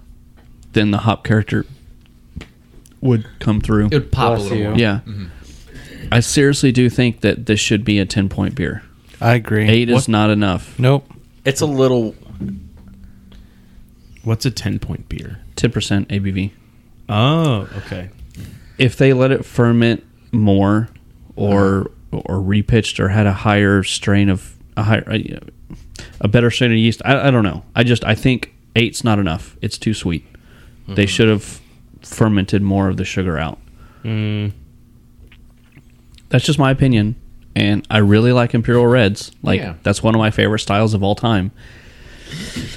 then the hop character would come through.
It would pop a Bless little you. more.
Yeah.
Mhm.
I seriously do think that this should be a ten point beer.
I agree.
Eight is
What-
not enough.
Nope.
It's a little
What's a ten point beer?
Ten percent ABV.
Oh, okay.
If they let it ferment more, or
Uh-huh.
or repitched, or had a higher strain of a higher a, a better strain of yeast, I, I don't know. I just I think eight's not enough. It's too sweet. They
Mhm.
should have fermented more of the sugar out.
Mm,
That's just my opinion, and I really like Imperial Reds. Like
Yeah.
that's one of my favorite styles of all time.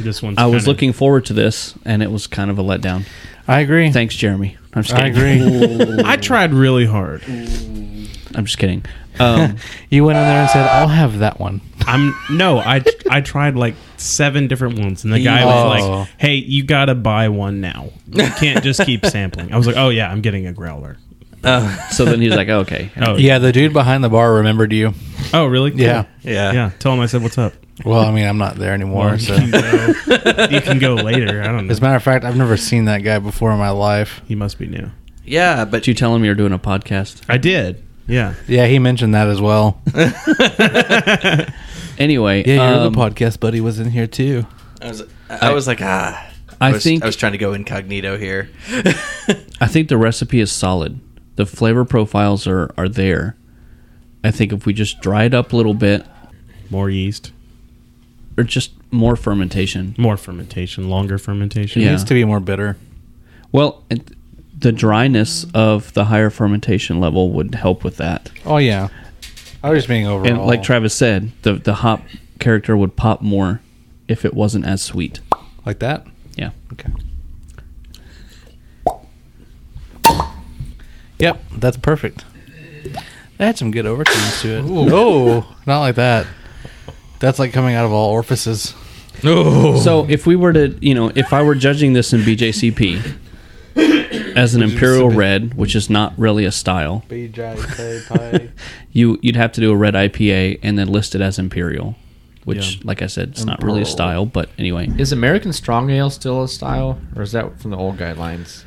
this one's.
I was
kinda-
looking forward to this, and it was kind of a letdown.
I agree.
Thanks, Jeremy. I'm just
I
kidding. *laughs*
agree.
I tried really hard.
I'm just kidding. Um,
you went in there and said, "I'll have that one."
I'm no, I I tried like seven different ones, and the guy was
Oh.
like, "Hey, you gotta buy one now. You can't just keep sampling." I was like, "Oh yeah, I'm getting a growler."
so then he's like, *laughs* "Okay."
Oh
yeah, the dude behind the bar remembered you.
Oh really? Cool.
Yeah.
yeah, yeah. Tell him I said what's up.
*laughs* Well, I mean, I'm not there anymore.
Well,
so. *laughs*
you, can *laughs* go, you can go later. I don't know.
As a matter of fact, I've never seen that guy before in my life.
He must be new.
Yeah, but
Did you tell him you're doing a podcast?
I did. Yeah.
Yeah, he mentioned that as well.
Anyway,
Yeah, your
um,
other podcast buddy was in here too.
I was, I, was like, ah.
I
was,
think-
I was trying to go
*laughs*
incognito here.
I think the recipe is solid. The flavor profiles are are there. I think if we just dry it up a little bit,
More yeast,
or just more fermentation.
more fermentation, longer fermentation.
It
Yeah.
needs to be more bitter.
Well, it, the dryness of the higher fermentation level would help with that.
Oh yeah, I was just being overall.
And like Travis said, the the hop character would pop more if it wasn't as sweet.
like that.
Yeah.
Okay. Yep, that's perfect. That had some good overtones to it. No, not like that. That's like coming out of all orifices.
No. So if we were to, you know, if I were judging this in BJCP as an imperial red, which is not really a style, *laughs* you you'd have to do a red IPA and then list it as imperial, which,
Yeah.
like I said, it's not really a style.
Imperial.
But anyway,
Is American Strong Ale still a style, or is that from the old guidelines?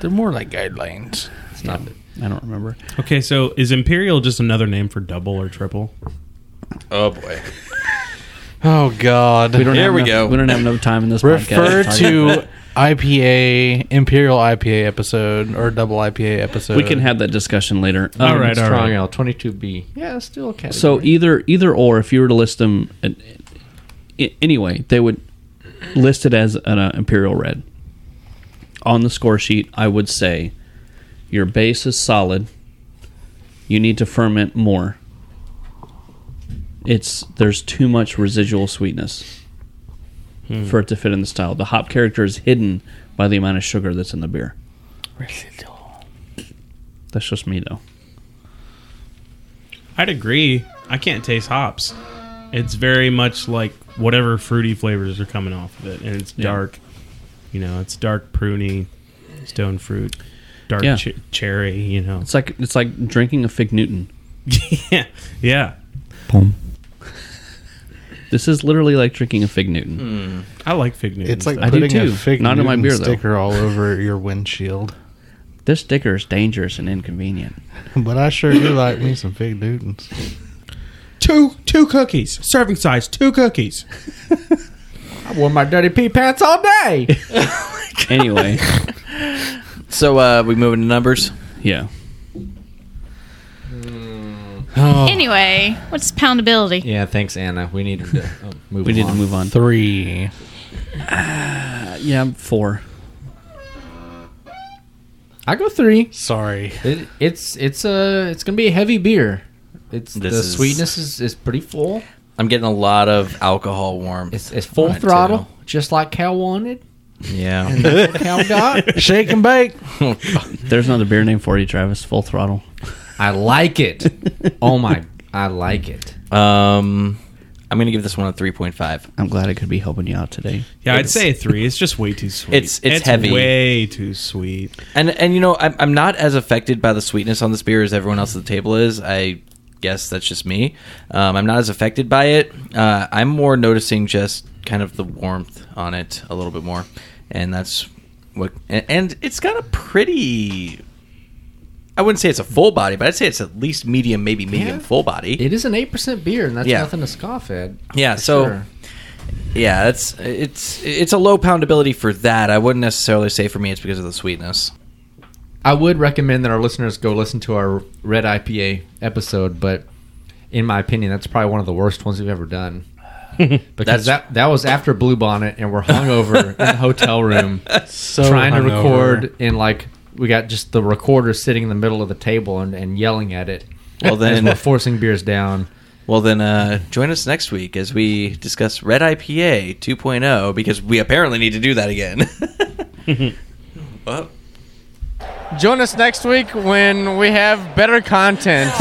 They're more like guidelines.
Stop it.
I don't remember.
Okay, so is imperial just another name for double or triple?
Oh boy.
Oh God.
We don't
Here
have
we
enough,
go.
We don't have enough time in this
Refer
podcast.
to IPA Imperial IPA episode or double IPA episode.
we can have that discussion later. Um,
All right, all
Strong
right.
Ale, twenty two B. Yeah, it's still okay.
So either either or, if you were to list them, and- i- anyway, they would list it as an uh, imperial red. On the score sheet, I would say your base is solid. You need to ferment more. It's there's too much residual sweetness for it to fit in the style. The hop character is hidden by the amount of sugar that's in the beer. That's just me though.
I'd agree. I can't taste hops. It's very much like whatever fruity flavors are coming off of it, and it's
Yeah.
dark. You know, it's dark pruny, stone fruit, dark
Yeah.
che- cherry. You know, *laughs*
It's like it's like drinking a fig Newton.
yeah, yeah.
This is literally like drinking a fig Newton.
I like fig Newtons.
It's like
though.
I do
putting a
too.
fig
Not in my
Newton
beer, though.
sticker all over your windshield.
This sticker is dangerous and inconvenient.
*laughs* But I sure do like me some fig Newtons.
two two cookies, serving size, two cookies.
I wore my dirty pee pants all day.
Anyway,
So uh, we moving to numbers.
Yeah.
Anyway, what's poundability?
*laughs* Yeah, thanks, Anna. We needed to oh, move.
We need to
along.
move on. Uh,
Three.
yeah, I'm four.
I go three.
Sorry.
It, it's it's a it's gonna be a heavy beer. It's
This
the
is-
sweetness is, is pretty full.
I'm getting a lot of alcohol warm.
It's, it's Full throttle, just like Cal wanted.
Yeah. *laughs*
And that's what Cal got.
Shake and bake.
There's another beer name for you, Travis. Full throttle.
I
*laughs*
like it. Oh *laughs* my, I like it.
Um, I'm gonna give this one a 3.5.
I'm glad I could be helping you out today.
Yeah, I'd
It's-
say a three. It's just way too sweet.
It's- it's heavy.
Way too sweet.
And and you know, I'm, I'm not as affected by the sweetness on this beer as everyone else at the table is. I guess that's just me. Um, I'm not as affected by it. Uh, I'm more noticing just kind of the warmth on it a little bit more, and that's what. And, and it's got a pretty. I wouldn't say it's a full body, but I'd say it's at least medium, maybe medium
Yeah.
full body.
It is an eight percent beer, and that's
Yeah.
nothing to scoff at.
Yeah,
for
so
sure.
yeah, that's it's it's a low poundability for that. I wouldn't necessarily say for me it's because of the sweetness.
I would recommend that our listeners go listen to our Red IPA episode, but in my opinion, that's probably one of the worst ones we've ever done. Because that that was after Blue Bonnet, and we're hungover in the hotel room,
So
trying to
hungover.
record, and like we got just the recorder sitting in the middle of the table and, and yelling at it.
Well,
as
then-
*laughs*
we're forcing beers down.
Well, then uh, join us next week as we discuss Red IPA 2.0 oh, because we apparently need to do that again. *laughs* well,
Join us next week when we have better content.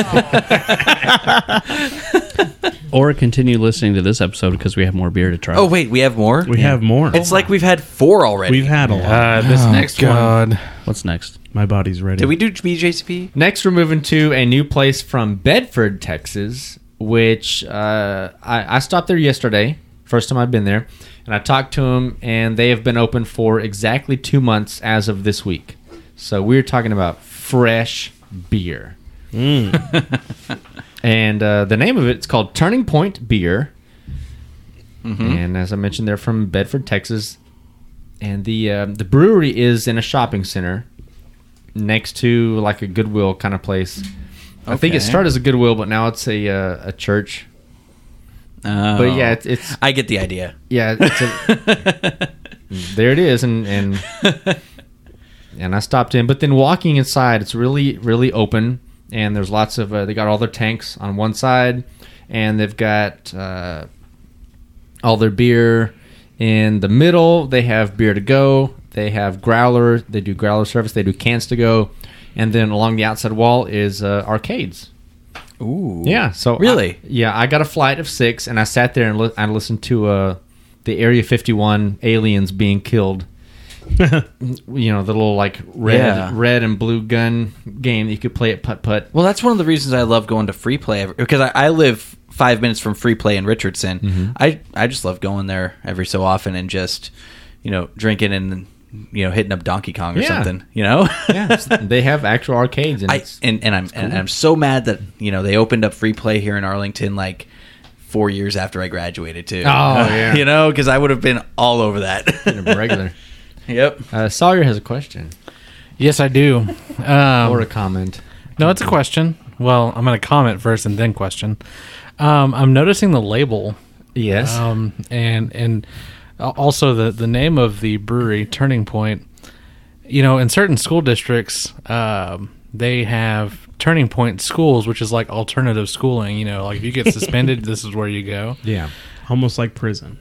Or continue listening to this episode because we have more beer to try.
oh wait, we have more.
We have more.
It's like we've had four already.
We've had a lot.
this
oh,
next God. one.
What's next?
My body's ready.
Did we do BJCP?
Next, we're moving to a new place from Bedford, Texas, which uh, I, I stopped there yesterday. First time I've been there, and I talked to them, and they have been open for exactly two months as of this week. So we're talking about fresh beer,
Mm.
*laughs* and uh, the name of it, it's called Turning Point Beer.
Mm-hmm.
And as I mentioned, they're from Bedford, Texas, and the um, the brewery is in a shopping center next to like a Goodwill kind of place. I think it
Okay.
started as a Goodwill, but now it's a uh, a church.
Oh.
But yeah, it's, it's
I get the idea. *laughs*
yeah. It's a, *laughs* there it is, and and and I stopped in. But then walking inside, it's really really open, and there's lots of uh, they got all their tanks on one side, and they've got uh, all their beer in the middle. They have beer to go. They have growler. They do growler service. They do cans to go, and then along the outside wall is uh, arcades.
Ooh.
Yeah. So I-
Really?
yeah, I got a flight of six, and I sat there and li- I listened to uh, the Area 51 aliens being
*laughs*
killed. you know the little like red,
Yeah.
red and blue gun game that you could play at putt
*laughs*
putt.
Well, that's one of the reasons I love going to Free Play every, because I, I live five minutes from Free Play in Richardson.
Mm-hmm.
I I just love going there every so often and just you know drinking and you know hitting up Donkey Kong or
Yeah.
something. You know.
Yeah, it's- they have actual arcades,
*laughs*
and
I
it's,
and, and I'm and I'm so mad that you know they opened up free play here in Arlington like four years after I graduated too. *laughs*
Oh, yeah.
you know because I would have been all over that. *laughs*
a regular.
yep.
Uh, Sawyer has a question
Yes, I do. Um,
or a comment.
No, it's a question. Well, I'm going to comment first and then question. Um, I'm noticing the label.
Yes.
Um, and and al- also the the name of the brewery, Turning Point. You know, in certain school districts, um, they have Turning Point schools, which is like alternative schooling. You know, like if you
*laughs*
get suspended, this is where you go.
Yeah.
Almost like prison.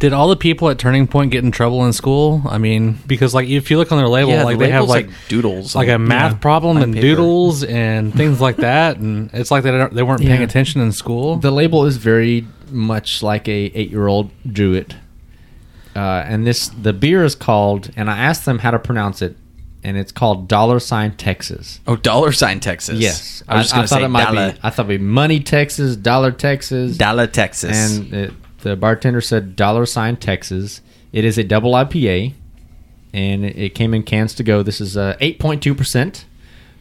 Did all the people at Turning Point get in trouble in school? I mean, because like if you look on their label,
Yeah,
like
the
they have
label's
like,
like doodles
like a
on-
math
yeah,
problem
on
and
paper.
doodles *laughs* and things like that, and it's like they don't, they weren't paying
Yeah.
attention in school.
The label is very much like a eight year old drew it, uh, and this the beer is called. And I asked them how to pronounce it, and it's called Dollar Sign Texas.
Oh, dollar sign Texas.
Yes,
I was just gonna
thought
say
it might
dollar,
be. I thought it'd be Money Texas, Dollar Texas,
dollar Texas.
and it, the bartender said Dollar Sign Texas. It is a double IPA, and it, it came in cans to go. This is uh, eight point two percent,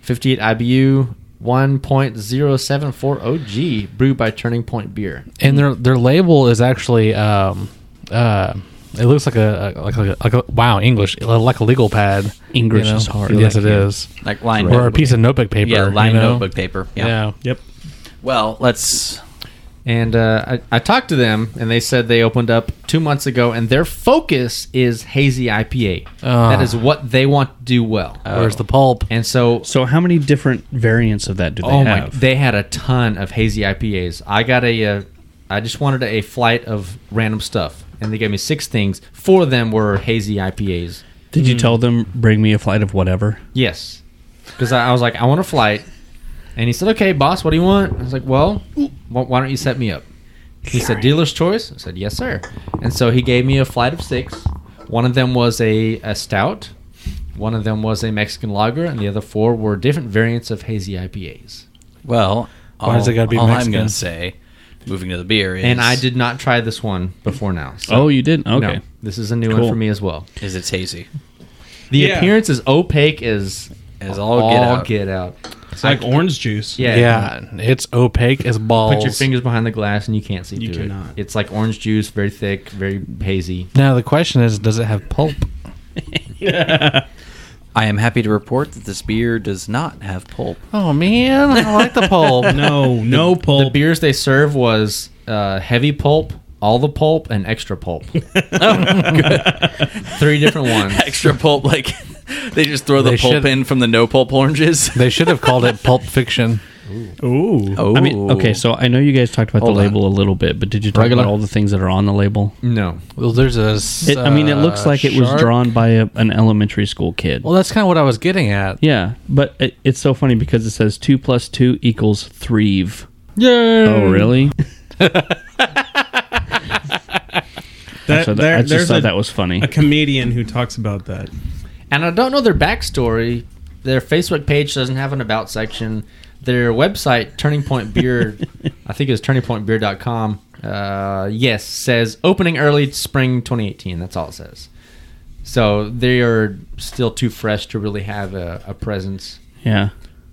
fifty eight IBU. 1.0740 G brewed by Turning Point Beer.
and their their label is actually um, uh, It looks like a a- like a, like a wow English like a legal pad.
English
you know?
is hard.
Yes,
Like,
it
yeah.
is.
Like lined
or a
notebook.
piece of notebook paper.
Yeah, lined
you know?
notebook paper. Yeah.
Yep.
Well, let's.
And uh, I, I talked to them, and they said they opened up two months ago, and their focus is hazy IPA.
Ah.
that is what they want to do well.
Uh,
Where's the
pulp?
And so,
so how many different variants of that do they
oh
have?
my! They had a ton of hazy IPAs. I got a, uh, I just wanted a flight of random stuff, and they gave me six things. Four of them were hazy IPAs.
Did you tell them bring me a flight of whatever?
Yes, because I, I was like, I want a flight, and he said, "Okay, boss, what do you want?" I was like, "Well, wh- why don't you set me up?" He said, "Dealer's choice." I said, "Yes, sir." And so he gave me a flight of six. One of them was a, a stout. One of them was a Mexican lager, and the other four were different variants of hazy IPAs.
Well, all,
Why does it gotta be
all I'm
Mexican?
going to say, moving to the beer is.
And I did not try this one before now.
Oh, you didn't?
no,
Okay.
this is a new one
Cool.
for me as well.
Is it's hazy.
The
Yeah.
appearance is opaque as
as all get out.
get out.
It's like orange juice.
Yeah,
Yeah, it's opaque as balls.
Put your fingers behind the glass and you can't see
You
through
cannot.
it. It's like orange juice, very thick, very hazy.
Now the question is, does it have pulp?
I am happy to report that this beer does not have pulp.
Oh man, I like the pulp.
No, no pulp.
*laughs* The beers they serve was uh, heavy pulp, all the pulp, and extra
*laughs*
pulp.
Oh,
Three different ones.
Extra pulp, like *laughs* they just throw the
They
pulp
should-
in from the no pulp oranges.
They should have called it Pulp Fiction.
Ooh.
Oh,
I mean, okay, so I know you guys talked about
Hold
the
on.
label a little bit, but did you talk
Regular?
about all the things that are on the label?
No.
Well, there's a.
It, I mean, it looks
uh,
like it was drawn by a, an elementary school kid.
Well, that's kind of what I was getting at.
yeah, but it, it's so funny because it says two plus two equals three.
Yay!
Oh, really?
That,
So that-
there-
I just
there's
thought
a-
that was funny.
A comedian who talks about that.
And I don't know their backstory. Their Facebook page doesn't have an about section. Their website, Turning
*laughs*
Point Beer, I think it was turningpointbeer.com, uh, yes, says opening early spring 2018. That's all it says. So they are still too fresh to really have a, a presence.
Yeah.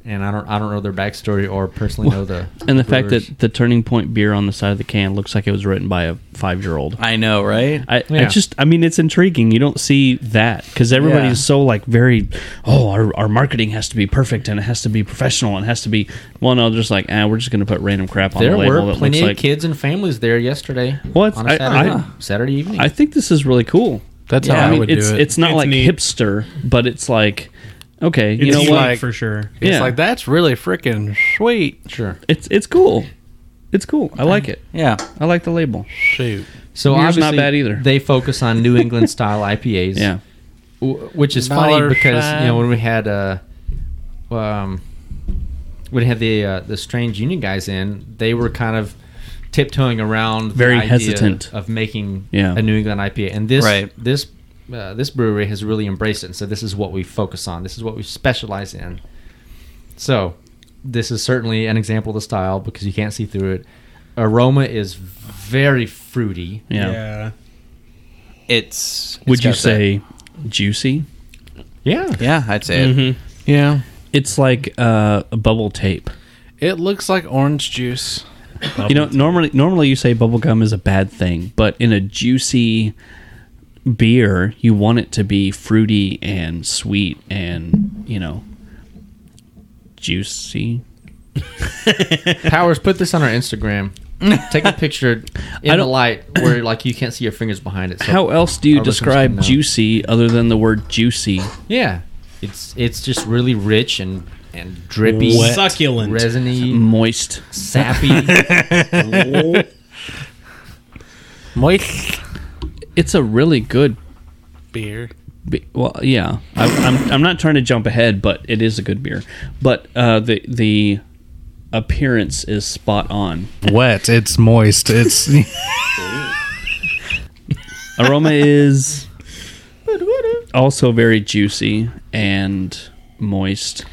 And I don't, I don't know their backstory or personally know the.
And the fact
brewers.
that the turning point beer on the side of the can looks like it was written by a five year old.
I know, right?
I, I
Yeah.
just, I mean, it's intriguing. You don't see that because everybody's
Yeah.
so like very, oh, our, our marketing has to be perfect and it has to be professional and it has to be. Well, no, just like, ah, we're just going to put random crap on
there
the label.
were
that
plenty
looks
of
like.
kids and families there yesterday
Well, it's-
on a
I-
Saturday,
I-
Saturday evening.
I think this is really cool.
That's
Yeah,
how I,
I mean,
would
it's
do it.
it's not
It's
like
neat.
hipster, but it's like okay, you
It's
know
unique
what?
for sure.
It's
yeah.
like that's really freaking sweet.
sure.
It's it's cool. It's cool. I like it.
Yeah.
I like the label.
Shoot.
So
Beer's
obviously,
not bad either.
They focus on New England style
*laughs*
IPAs.
Yeah.
w- which is
Dollar
funny because you
sign.
know when we had uh, um, we had the uh, the strange union guys in, they were kind of tiptoeing around, the
Very
idea
hesitant.
of making
Yeah.
a New England IPA, and this
Right.
this uh, this brewery has really embraced it. And so this is what we focus on. This is what we specialize in. So this is certainly an example of the style because you can't see through it. Aroma is very fruity.
Yeah.
It's. it's
Would you
got that-
say juicy?
Yeah.
Yeah, I'd say it.
Yeah.
It's like uh, a bubble tape.
It looks like orange juice.
you know, normally normally you say bubble gum is a bad thing, but in a juicy beer, you want it to be fruity and sweet and you know juicy.
Powers, put this on our Instagram. *laughs* Take a picture in the
don't-
light where like you can't see your fingers behind it. So
How else do you
our listeners can
describe
know.
juicy other than the word juicy?
Yeah, it's it's just really rich and and drippy,
Wet. Succulent.
resiny,
Moist.
sappy.
Moist
It's a really good
beer.
Be- well, yeah, I, I'm I'm not trying to jump ahead, but it is a good beer. But uh, the the appearance is spot on.
Wet. It's moist. It's *laughs*
Aroma is also very juicy and moist.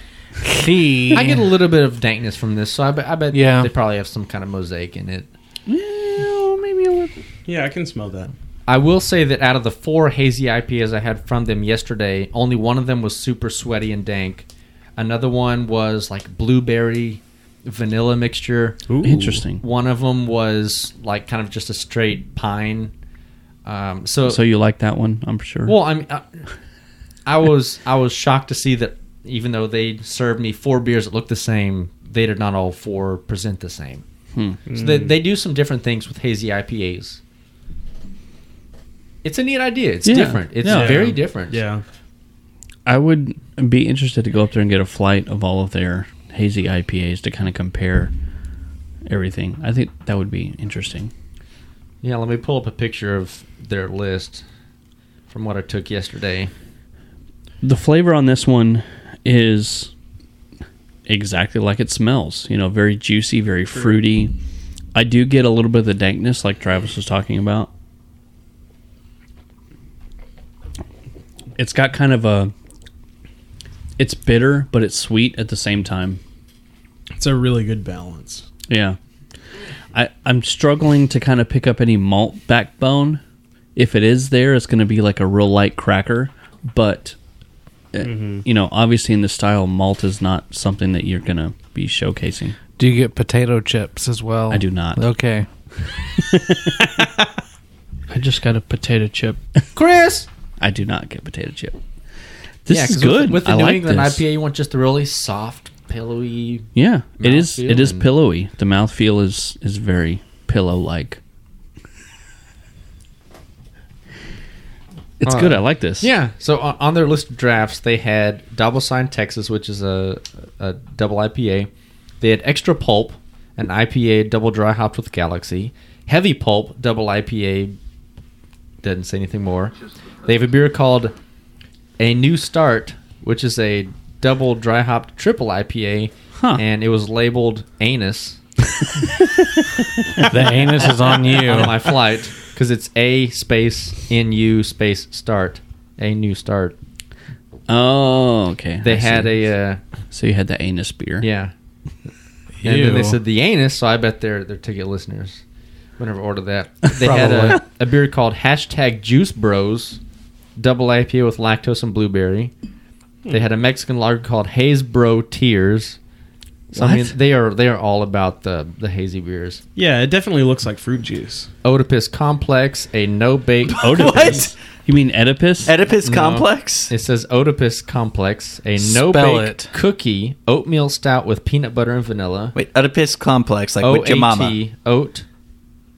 tea.
I get a little bit of dankness from this, so I bet, I bet
Yeah.
they probably have some kind of mosaic in it.
Well, maybe a little.
Yeah, I can smell that.
I will say that out of the four hazy IPAs I had from them yesterday, only one of them was super sweaty and dank. Another one was like blueberry vanilla mixture.
Interesting.
One of them was like kind of just a straight pine. Um, so
so you like that one? I'm sure.
Well, I'm. I, I was I was shocked to see that even though they served me four beers that looked the same, they did not all four present the same.
Hmm.
So they, they do some different things with hazy IPAs. It's a neat idea. It's
Yeah.
different. It's
Yeah.
very
Yeah.
different.
Yeah.
I would be interested to go up there and get a flight of all of their hazy IPAs to kind of compare everything. I think that would be interesting.
Yeah, let me pull up a picture of their list from what I took yesterday.
The flavor on this one is exactly like it smells. You know, very juicy, very fruity. I do get a little bit of the dankness, like Travis was talking about. It's got kind of a. It's bitter, but it's sweet at the same time.
It's a really good balance.
Yeah. I, I'm struggling to kind of pick up any malt backbone. If it is there, it's going to be like a real light cracker. But, uh, you know, obviously in this style, malt is not something that you're going to be showcasing.
Do you get potato chips as well?
I do not.
Okay.
I just got a potato chip.
Chris,
I do not get potato chip. This
Yeah,
is
'cause with-
good.
With, the
I
New
like
England
this.
IPA, you want just the really soft, pillowy.
Yeah, it is.
mouthfeel
It is
and-
pillowy. The mouthfeel is is very pillow like.
*laughs*
It's
Uh,
good. I like this.
Yeah. So on, on their list of drafts, they had Double Sign Texas, which is a, a double IPA. They had Extra Pulp, an IPA double dry hopped with Galaxy. Heavy Pulp, double IPA. Doesn't say anything more. They have a beer called A New Start, which is a double dry hopped triple IPA, and it was labeled Anus.
*laughs* The anus is
*laughs*
on you.
on my flight because it's a space nu space start a new start.
Oh, okay.
They
I see.
had a uh,
So you had the anus beer.
yeah, and then they
Ew.
said the anus. So I bet their their ticket listeners would never order that. They had a,
Probably.
a beer called hashtag Juice Bros, double IPA with lactose and blueberry. They had a Mexican lager called Haze Bro Tears. So I mean,
What?
they are they are all about the the hazy beers.
Yeah, it definitely looks like fruit juice.
Oedipus Complex, a no bake.
Oedipus?
You mean Oedipus?
Oedipus Complex?
It says Oedipus Complex, a
Spell
no bake
it.
cookie oatmeal stout with peanut butter and vanilla.
Wait, Oedipus complex, like with your mama.
O-A-T, Oat,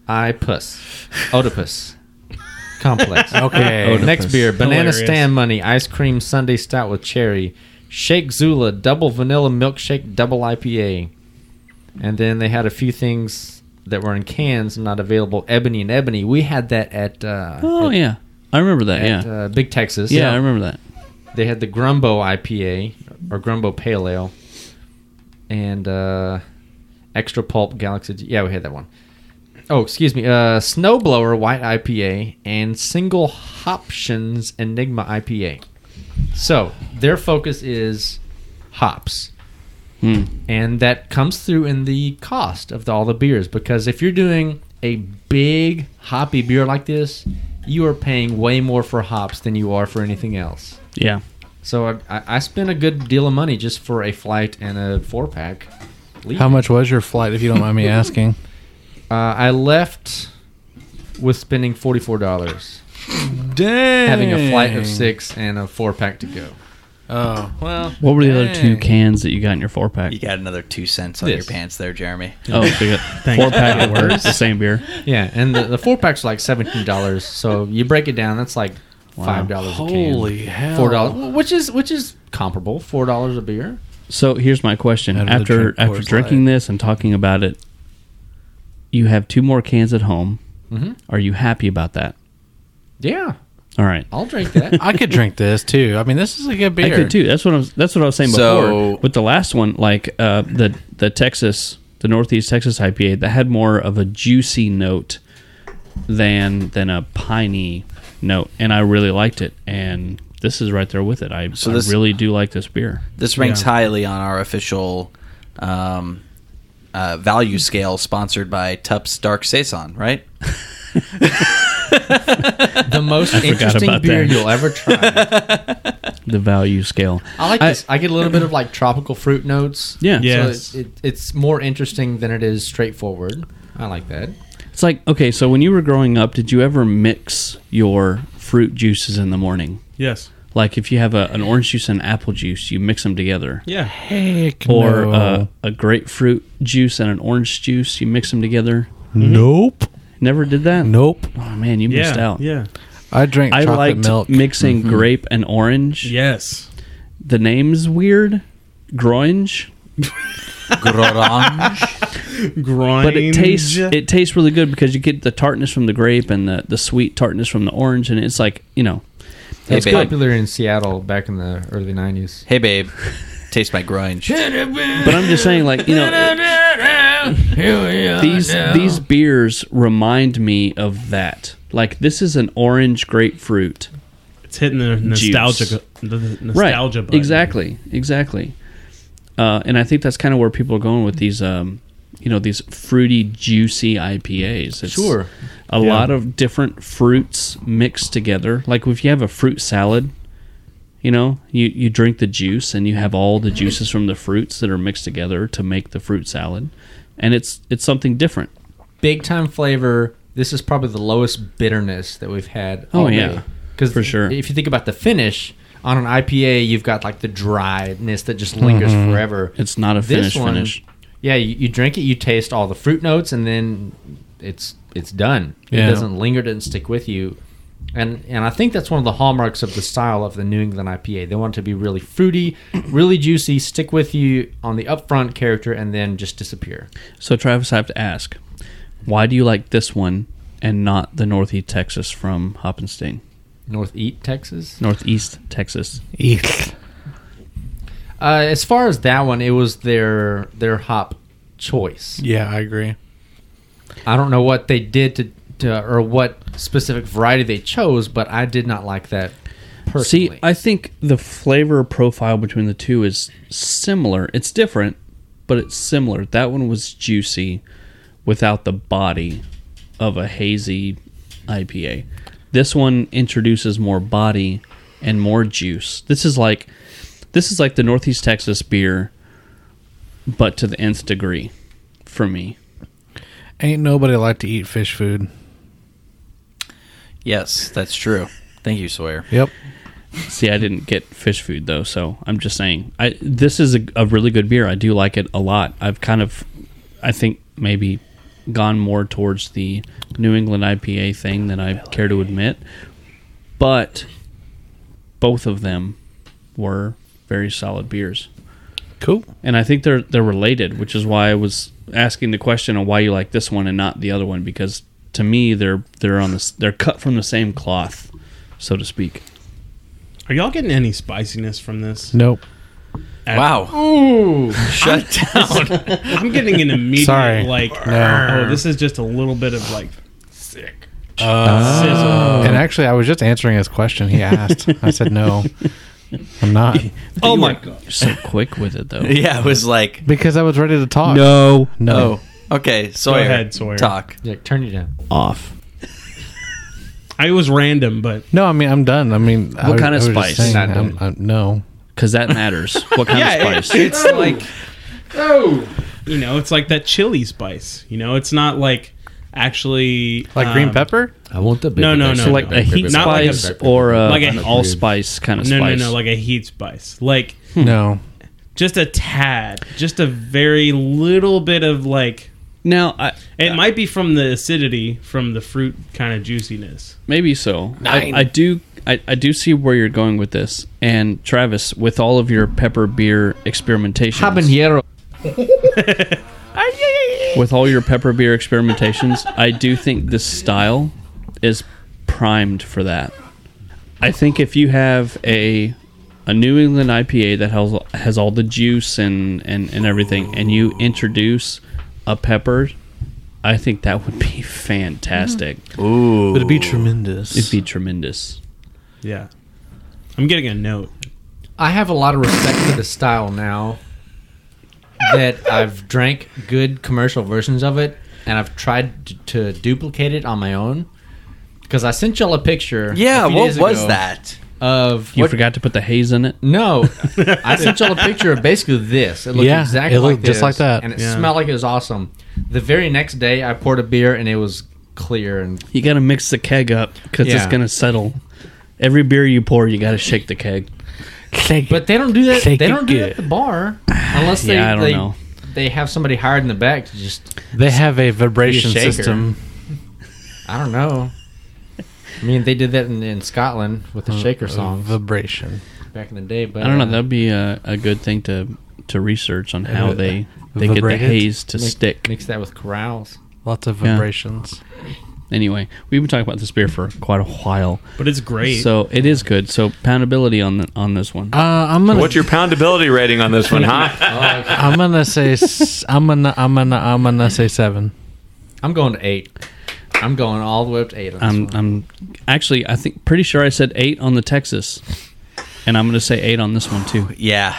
I puss. Oedipus. *laughs* Complex.
Okay. Oedipus.
Next beer Banana
Hilarious.
Stand Money, Ice Cream Sunday Stout with Cherry, Shake Zula, Double Vanilla Milkshake, Double IPA. And then they had a few things that were in cans and not available. Ebony and Ebony. We had that at. Uh,
Oh
at-
yeah, I remember that.
at,
yeah,
uh, Big Texas.
Yeah, I remember that.
They had the Grumbo IPA or Grumbo Pale Ale and uh, Extra Pulp Galaxy. Yeah, we had that one. Oh, excuse me. Uh, Snowblower White IPA and Single Hoptions Enigma IPA. So their focus is hops.
Hmm.
And that comes through in the cost of the, all the beers because if you're doing a big hoppy beer like this, you are paying way more for hops than you are for anything else.
Yeah.
So I, I, I spent a good deal of money just for a flight and a four pack.
How much was your flight, if you don't mind me asking?
Uh, I left with spending forty four dollars.
Dang.
Having a flight of six and a four pack to go.
Oh
well.
What were the other two cans that you got in your four
*laughs*
pack?
You got another two cents on
This.
your pants there, Jeremy.
Oh, so you got four pack of the same beer.
Yeah, and the, the four packs are like seventeen dollars. So you break it down, that's like
Wow.
five dollars a can.
Holy hell.
Four dollars, which is which is comparable. Four dollars a beer.
So here's my question:
Out of the
after
drink
after
Coors
drinking this and talking about it, you have two more cans at home.
Mhm.
Are you happy about that?
Yeah,
All right,
I'll drink that.
I could drink this too. I mean, this is a good beer.
I could too. That's what I was. That's what I was saying
So-
before. With the last one, like uh, the the Texas, the Northeast Texas IPA, that had more of a juicy note than than a piney note, and I really liked it. And this is right there with it. I,
So
I
this-
really do like this beer.
This ranks highly on our official um, uh, value scale, sponsored by Tup's Dark Saison, right?
The *laughs* most
I forgot
interesting
about
beer
that.
you'll ever try.
the value scale.
I like this. I get a little bit of like tropical fruit notes.
Yeah.
So
Yes.
it, it, it's more interesting than it is straightforward. I like that.
It's like okay, so when you were growing up, did you ever mix your fruit juices in the morning?
Yes.
Like if you have a, an orange juice and apple juice, you mix them together.
Yeah.
Heck
Or
no.
uh, a grapefruit juice and an orange juice, you mix them together.
Nope.
Never did that.
Nope.
Oh man, you missed
Yeah,
out.
yeah.
I drink
I
chocolate
liked
milk.
mixing
Mhm.
grape and orange.
Yes.
The name's weird. Groinge.
Groin.
But it tastes it tastes really good because you get the tartness from the grape and the, the sweet tartness from the orange and it's like, you know,
It
it's
was
good.
popular in Seattle back in the early '90s.
Hey, babe, taste my grunge.
But I'm just saying, like you know, these these beers remind me of that. Like this is an orange grapefruit.
It's hitting the nostalgia,
Juice.
the the nostalgia
right?
button.
Exactly, exactly. Uh, and I think that's kind of where people are going with these, um, you know, these fruity, juicy IPAs. It's
Sure.
a
Yeah.
lot of different fruits mixed together. Like if you have a fruit salad, you know, you you drink the juice and you have all the juices from the fruits that are mixed together to make the fruit salad, and it's it's something different.
Big time flavor. This is probably the lowest bitterness that we've had.
Oh, yeah.
because for sure. If you think about the finish on an IPA, you've got like the dryness that just lingers
Mhm.
forever.
It's not a
This
finish finish.
Yeah, you, you drink it, you taste all the fruit notes, and then it's it's done.
Yeah.
It doesn't linger, doesn't stick with you. And and I think that's one of the hallmarks of the style of the New England IPA. They want it to be really
*clears throat*
fruity, really juicy, stick with you on the upfront character, and then just disappear.
So Travis, I have to ask, why do you like this one and not the Northeast Texas from Hoppenstein?
Northeast Texas.
Northeast Texas.
Uh, as far as that one, it was their their hop choice.
Yeah, I agree.
I don't know what they did to, to or what specific variety they chose, but I did not like that. Personally.
See, I think the flavor profile between the two is similar. It's different, but it's similar. That one was juicy without the body of a hazy IPA. This one introduces more body and more juice. This is like this is like the Northeast Texas beer but to the nth degree for me.
Ain't nobody like to eat fish food.
Yes, that's true. Thank you, Sawyer.
Yep.
See, I didn't get fish food though, so I'm just saying. I this is a, a really good beer. I do like it a lot. I've kind of, I think maybe, gone more towards the New England IPA thing than I care to admit. But both of them were very solid beers.
Cool.
And I think they're they're related, which is why I was asking the question on why you like this one and not the other one because to me they're they're on this they're cut from the same cloth, so to speak.
Are y'all getting any spiciness from this?
Nope.
At-
Ooh. Shut *laughs* down.
I'm getting an immediate
Sorry.
like.
No.
Oh, this is just a little bit of like sick.
Oh. And actually, I was just answering his question. He asked. I said no. I'm not
Oh my god! So quick with it though.
yeah, it was like
because I was ready to
uh,
talk.
No.
no.
Oh, okay, Sawyer.
ahead, Sawyer.
Talk.
Yeah, turn you down.
Off.
I was random, but
No, I mean I'm done. I mean, what I,
kind of
I was just
spice?
saying,
Not
I'm- I'm- no,
because that matters. What kind of spice?
it's like oh, you know, it's like that chili spice. You know, it's not like actually
like green
um,
pepper.
I want the
No, no, no,
So like
no.
a heat
Not like a-
spice or a,
like a-
an allspice kind of
no,
spice.
no, no, like a heat spice, like
No,
just a tad, just a very little bit of like.
now, I,
It might be from the acidity, from the fruit kind of juiciness.
maybe so. I,
Nine.
I do. I, I do see where you're going with this, and Travis, with all of your pepper beer experimentation, *laughs*
habanero.
with all your pepper beer experimentations, I do think this style is primed for that. I think if you have a a New England IPA that has has all the juice and and, and everything, and you introduce a pepper, I think that would be *laughs* fantastic.
Ooh.
It'd be tremendous.
It'd be tremendous.
Yeah, I'm getting a note.
I have a lot of respect for the style now that I've drank good commercial versions of it, and I've tried d- to duplicate it on my own. Because I sent y'all a picture.
Yeah,
a few
what
days
was
ago
that?
of
You forgot to put the haze in it.
No, I sent y'all a picture of basically this. It looked
Yeah,
exactly
it looked
like
just
this,
like that.
and it
Yeah.
smelled like it was awesome. The very next day, I poured a beer and it was clear and
You got to mix the keg up because it's
Yeah.
going to settle. Every beer you pour, you got to shake the keg.
But they don't do that. They
Shake it
don't do that
good.
at the bar unless they
Yeah, I don't
they,
know.
they have somebody hired in the back to just.
They have a
be
vibration
a shaker.
system.
I don't know. I mean, they did that in, in Scotland with the
Uh,
shaker
uh,
song
vibration.
back in the day. But
I don't know.
uh,
That'd be a, a good thing to to research on how
Uh,
they they get the
vibrate it?
haze to
Mix-
stick.
Mix that with corrals.
Lots of
Yeah.
vibrations.
Anyway, we've been talking about this beer for quite a while,
But it's great.
So it is good. So poundability on the, on this one.
Uh, I'm gonna.
What's your poundability rating on this one, huh?
*laughs* I'm gonna say. s- I'm gonna. I'm gonna. I'm gonna say seven.
I'm going to eight. I'm going all the way up to eight. On this
I'm
one.
I'm actually I think pretty sure I said eight on the Texas, and I'm going to say eight on this one
*laughs*
too.
Yeah,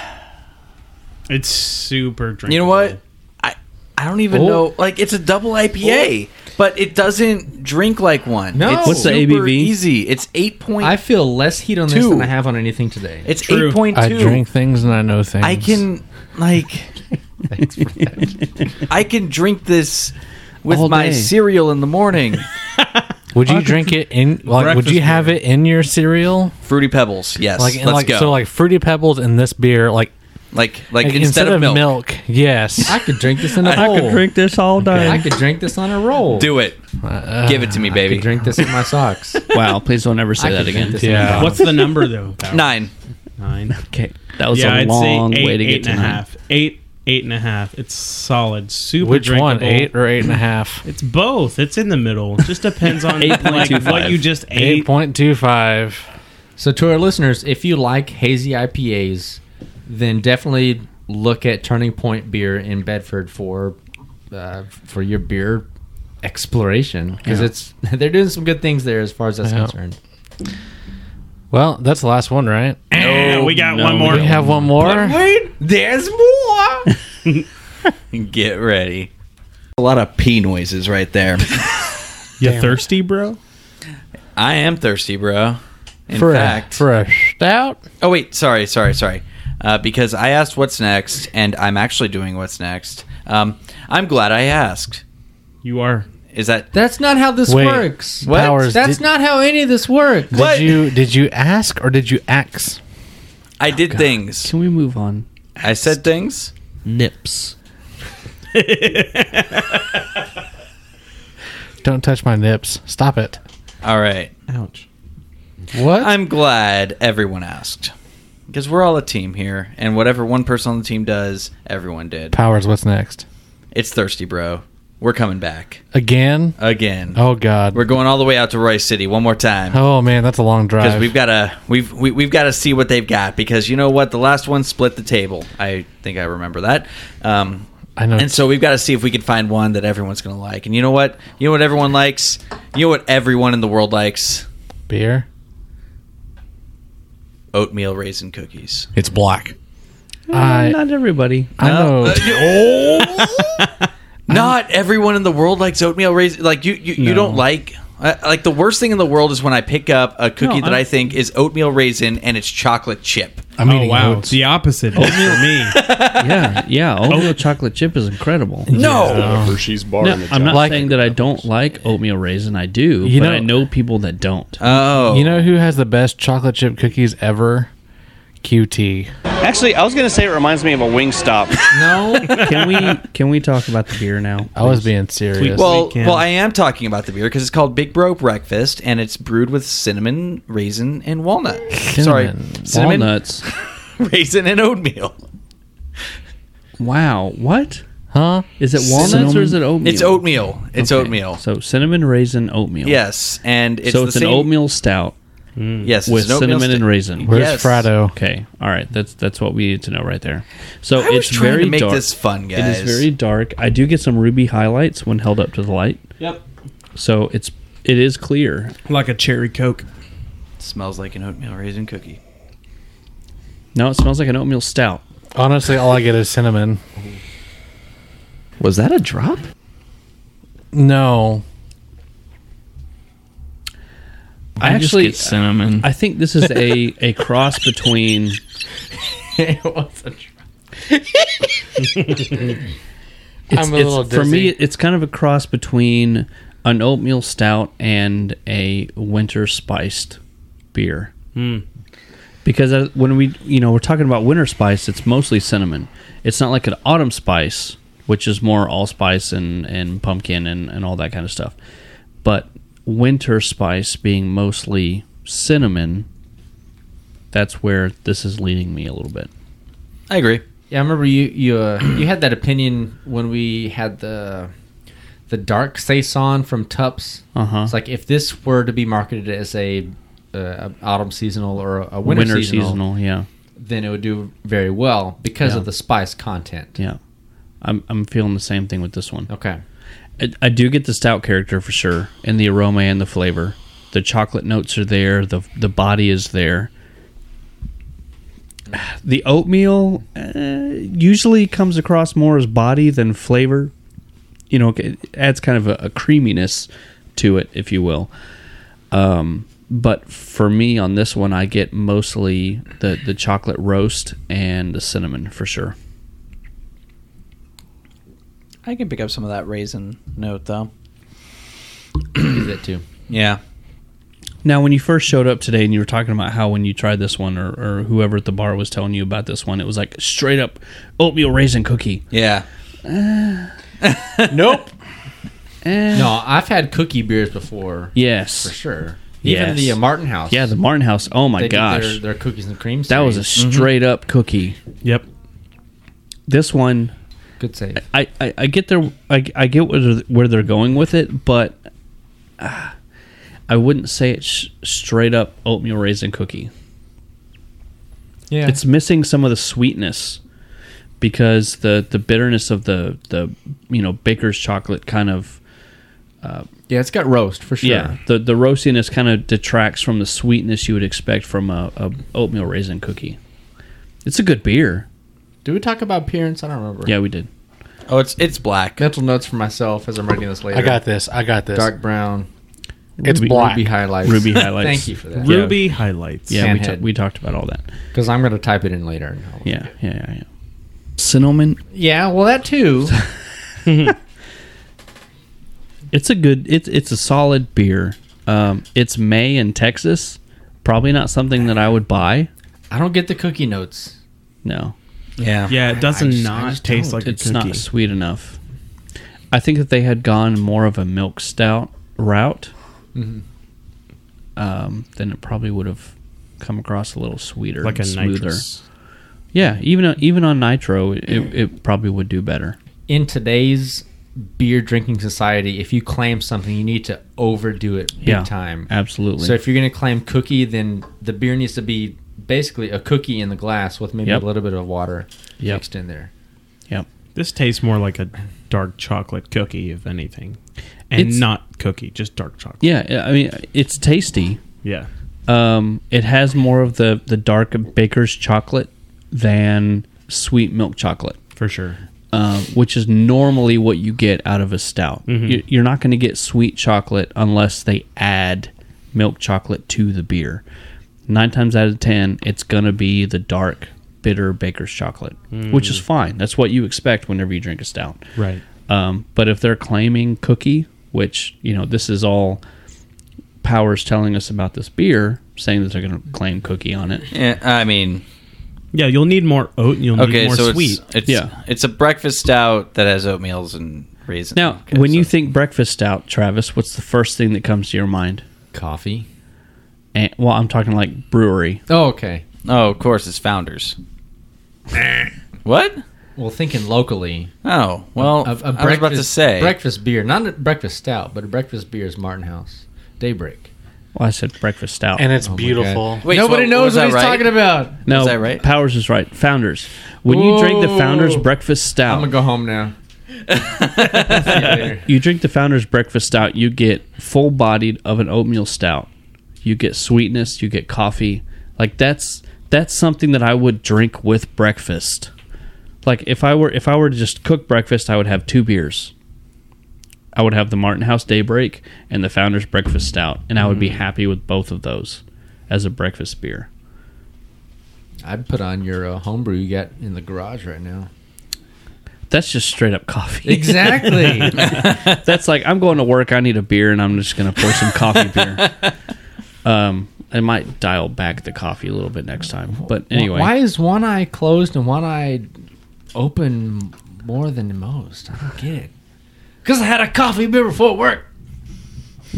It's super drinkable.
You know what? I I don't even
Oh.
know. Like it's a double IPA, but it doesn't drink like one.
No.
it's
What's the
super
ABV?
Easy. It's eight point.
I feel less heat on this
Two.
than I have on anything today.
It's True. 8.2.
I drink things and I know things.
I can *laughs* like. I can drink this with
All
my
day.
cereal in the morning.
Would you drink it in? Like, would
Breakfast
you have it in your cereal?
Fruity Pebbles. Yes.
Like,
let's
like
go.
so, like fruity pebbles and this beer, like,
like, like instead, of, milk,
Yes,
I could drink this in a
I
bowl.
could drink
this all
day.
I could drink this on a roll.
do it. Give it to me, baby.
drink this in
*laughs*
my socks.
Wow! Please don't ever
I
say that
could drink
again.
this in a Yeah. bottle.
What's the
*laughs*
number though? Power?
Nine.
Nine.
Okay, that was
Yeah,
a
I'd say
long way
eight-
to
eight
get to
and a
nine.
half. Eight, eight and a half. It's solid. Super.
Which one,
drinkable.
eight or eight and a
*laughs*
half?
It's both. It's in the middle. Just depends on like, what you just ate.
Eight point two five.
So, to our listeners, if you like hazy IPAs, then definitely look at Turning Point Beer in Bedford for uh, for your beer exploration because
Yeah.
it's *laughs* they're doing some good things there as far as that's
Yeah.
concerned.
Well, that's the last one, right?
No, Ah, we got one more.
We have one more.
wait, there's more.
Get ready. A lot of pee noises right there.
You
Damn.
thirsty, bro?
*laughs* I am thirsty, bro. In
for
fact,
a for a stout.
Oh wait, sorry, sorry, sorry. Uh, because I asked what's next, and I'm actually doing what's next. Um, I'm glad I asked.
You are.
Is that
That's not how this
Wait,
works.
what? Powers,
That's
did-
not how any of this works.
Did you did you ask or did you ax?
I did things.
Can we move on?
I said things.
Nips.
Don't touch my nips. Stop it.
All right.
Ouch.
What?
I'm glad everyone asked. Because we're all a team here, and whatever one person on the team does, everyone did.
Powers, what's next?
It's thirsty, bro. We're coming back
Again?
again.
Oh god.
We're going all the way out to Rice City one more time.
Oh man, that's a long
because
drive.
we've got to we've we, we've got to see what they've got because you know what the last one split the table i think i remember that um
I know.
and so we've got to see if we can find one that everyone's gonna like and you know what you know what everyone likes you know what everyone in the world likes
beer.
oatmeal raisin cookies
It's black.
I
Not everybody.
I know.
Uh, *laughs* not everyone in the world likes oatmeal raisin like you you, you don't like uh, like the worst thing in the world is when I pick up a cookie that
I'm-
I think is oatmeal raisin and it's chocolate chip.
I'm
oh
eating
wow,
oats.
it's the opposite is for me.
yeah, *laughs* yeah. Oatmeal chocolate chip is incredible.
No,
Hershey's bar.
No,
in the
I'm not
top.
Like-
saying that I don't like oatmeal raisin. I do,
You
but
know-
I know Uh, people that don't.
oh,
You know who has the best chocolate chip cookies ever? QT.
Actually, I was going to say it reminds me of a wing stop.
No,
can we can we talk about the beer now?
Oh,
I was being serious.
Well,
weekend.
well, I am talking about the beer because it's called Big Bro Breakfast, and it's brewed with cinnamon, raisin, and walnut. Sorry,
Cinnamon,
cinnamon, *laughs*
Walnuts.
raisin, and oatmeal.
Wow. What?
huh?
Is it walnuts or is it oatmeal?
It's oatmeal. It's
Okay.
oatmeal.
So cinnamon raisin oatmeal.
Yes, and it's
so
the
it's an
same-
oatmeal stout
Yes,
with
it's an oatmeal
cinnamon and
sti-
raisin.
Where's
Yes.
Frado?
Okay. All right. That's that's what we need to know right there. So
I was
it's
trying
very
to make
dark.
this fun, guys.
It is very dark. I do get some ruby highlights when held up to the light.
Yep.
So it's it is clear.
Like a cherry coke.
Smells like an oatmeal raisin cookie.
No, it smells like an oatmeal stout.
Honestly, all I get is cinnamon.
Was that a drop?
*laughs* No.
I
I just
actually
get cinnamon.
I think this is a a cross between.
it was a
It's- it's-
I'm a little
For me,
dizzy.
it's kind of a cross between an oatmeal stout and a winter spiced beer.
Hmm.
Because uh, when we, you know, we're talking about winter spice, it's mostly cinnamon. It's not like an autumn spice, which is more allspice and, and pumpkin and, and all that kind of stuff. But winter spice being mostly cinnamon, that's where this is leading me a little bit.
I agree.
Yeah, I remember you you uh, *clears throat* you had that opinion when we had the the dark saison from Tups.
Uh-huh.
It's like if this were to be marketed as a uh, autumn seasonal or a winter,
Winter
seasonal,
seasonal, yeah.
then it would do very well because
Yeah.
of the spice content.
Yeah, I'm I'm feeling the same thing with this one.
Okay,
I, I do get the stout character for sure, and the aroma and the flavor. The chocolate notes are there. the The body is there. *sighs* The oatmeal uh, usually comes across more as body than flavor. You know, it adds kind of a, a creaminess to it, if you will. Um, but for me on this one, I get mostly the, the chocolate roast and the cinnamon for sure.
I can pick up some of that raisin
*clears throat*
note though.
do that too.
Yeah.
Now, when you first showed up today and you were talking about how when you tried this one or, or whoever at the bar was telling you about this one, it was like straight up oatmeal raisin cookie.
Yeah.
nope.
no, I've had cookie beers before.
Yes.
for sure. Even the uh, Martin House.
Yeah, the Martin House. Oh my
They did
gosh.
their, their cookies and cream.
that was a
series.
straight up cookie.
Yep.
This one.
Good save.
I, I, I get their I, I get where they're, where they're going with it, but uh, I wouldn't say it's straight up oatmeal raisin cookie.
Yeah.
It's missing some of the sweetness because the the bitterness of the the you know baker's chocolate kind of uh,
yeah, it's got roast for sure.
yeah the the roastiness kind of detracts from the sweetness you would expect from a, a oatmeal raisin cookie. It's a good beer.
Did we talk about appearance? I don't remember.
Yeah, we did.
Oh, it's it's black.
Mental notes for myself as I'm reading this later.
I got this. I got this.
Dark brown.
It's black.
Ruby highlights.
Ruby highlights.
*laughs* Thank you for that.
Yeah.
Ruby highlights.
Yeah, we, ta-
Sandhead.
we talked about all that.
Because I'm going to type it in later. and I'll-
Yeah, yeah, yeah, yeah. Cinnamon.
Yeah, well, that too.
It's a good. It's it's a solid beer. Um, it's May in Texas. Probably not something that I would buy.
I don't get the cookie notes.
No.
Yeah.
Yeah, it does
I just- I
not
just
taste
don't.
like
it's
a cookie.
not sweet enough. I think that they had gone more of a milk stout route,
Mhm.
um, then it probably would have come across a little sweeter,
Like
and
a
smoother.
nitrous.
Yeah, even on- even on nitro, it, it probably would do better.
In today's beer drinking society, if you claim something, you need to overdo it big
Yeah,
time.
absolutely.
So if you're going to claim cookie, then the beer needs to be basically a cookie in the glass with maybe
Yep.
a little bit of water
Yep.
mixed in there.
Yep.
This tastes more like a dark chocolate cookie, if anything, and
It's-
not cookie, just dark chocolate.
Yeah, I mean it's tasty.
Yeah.
Um, it has more of the the dark baker's chocolate than sweet milk chocolate.
For sure.
uh, which is normally what you get out of a stout.
Mhm.
You- You're not going to get sweet chocolate unless they add milk chocolate to the beer. Nine times out of ten, it's going to be the dark, bitter baker's chocolate, which is fine. That's what you expect whenever you drink a stout.
Right.
Um, but if they're claiming cookie, which, you know, this is all Powers telling us about this beer, saying that they're going to claim cookie on it.
Yeah, Eh, I mean,
Yeah, you'll need more oat and you'll need
okay,
more
so
sweet.
it's it's,
Yeah.
it's a breakfast stout that has oatmeals and raisins.
Now,
Okay,
when
so-
you think breakfast stout, Travis, what's the first thing that comes to your mind?
Coffee.
And, well, I'm talking like brewery.
Oh, okay.
oh, of course, it's
*laughs*
Founders. what?
Well, thinking locally.
Oh, well,
a, a
I was about to
breakfast-
say
breakfast beer, not a breakfast stout, but a breakfast beer is Martin House Daybreak.
Well, I said breakfast stout.
and it's
Oh my
beautiful.
God. Nobody
so
Oh,
knows
was
what
I
he's
right?
talking about.
no,
is that right?
Powers is right. Founders. When you drink the Founders
Whoa.
breakfast
I'm
stout,
gonna go home now. See you later.
you drink the Founders breakfast stout, you get full bodied of an oatmeal stout. You get sweetness. You get coffee. Like that's that's something that I would drink with breakfast. Like if I were if I were to just cook breakfast, I would have two beers. I would have the Martin House Daybreak and the Founder's Breakfast Stout, and I would be happy with both of those as a breakfast beer.
I'd put on your uh, homebrew you got in the garage right now.
That's just straight up coffee.
*laughs* Exactly. *laughs*
That's like I'm going to work. I need a beer, and I'm just going to pour some coffee
*laughs*
beer. Um, I might dial back the coffee a little bit next time. But anyway,
Why is one eye closed and one eye open more than most? I don't get it. Because I had a coffee beer before work.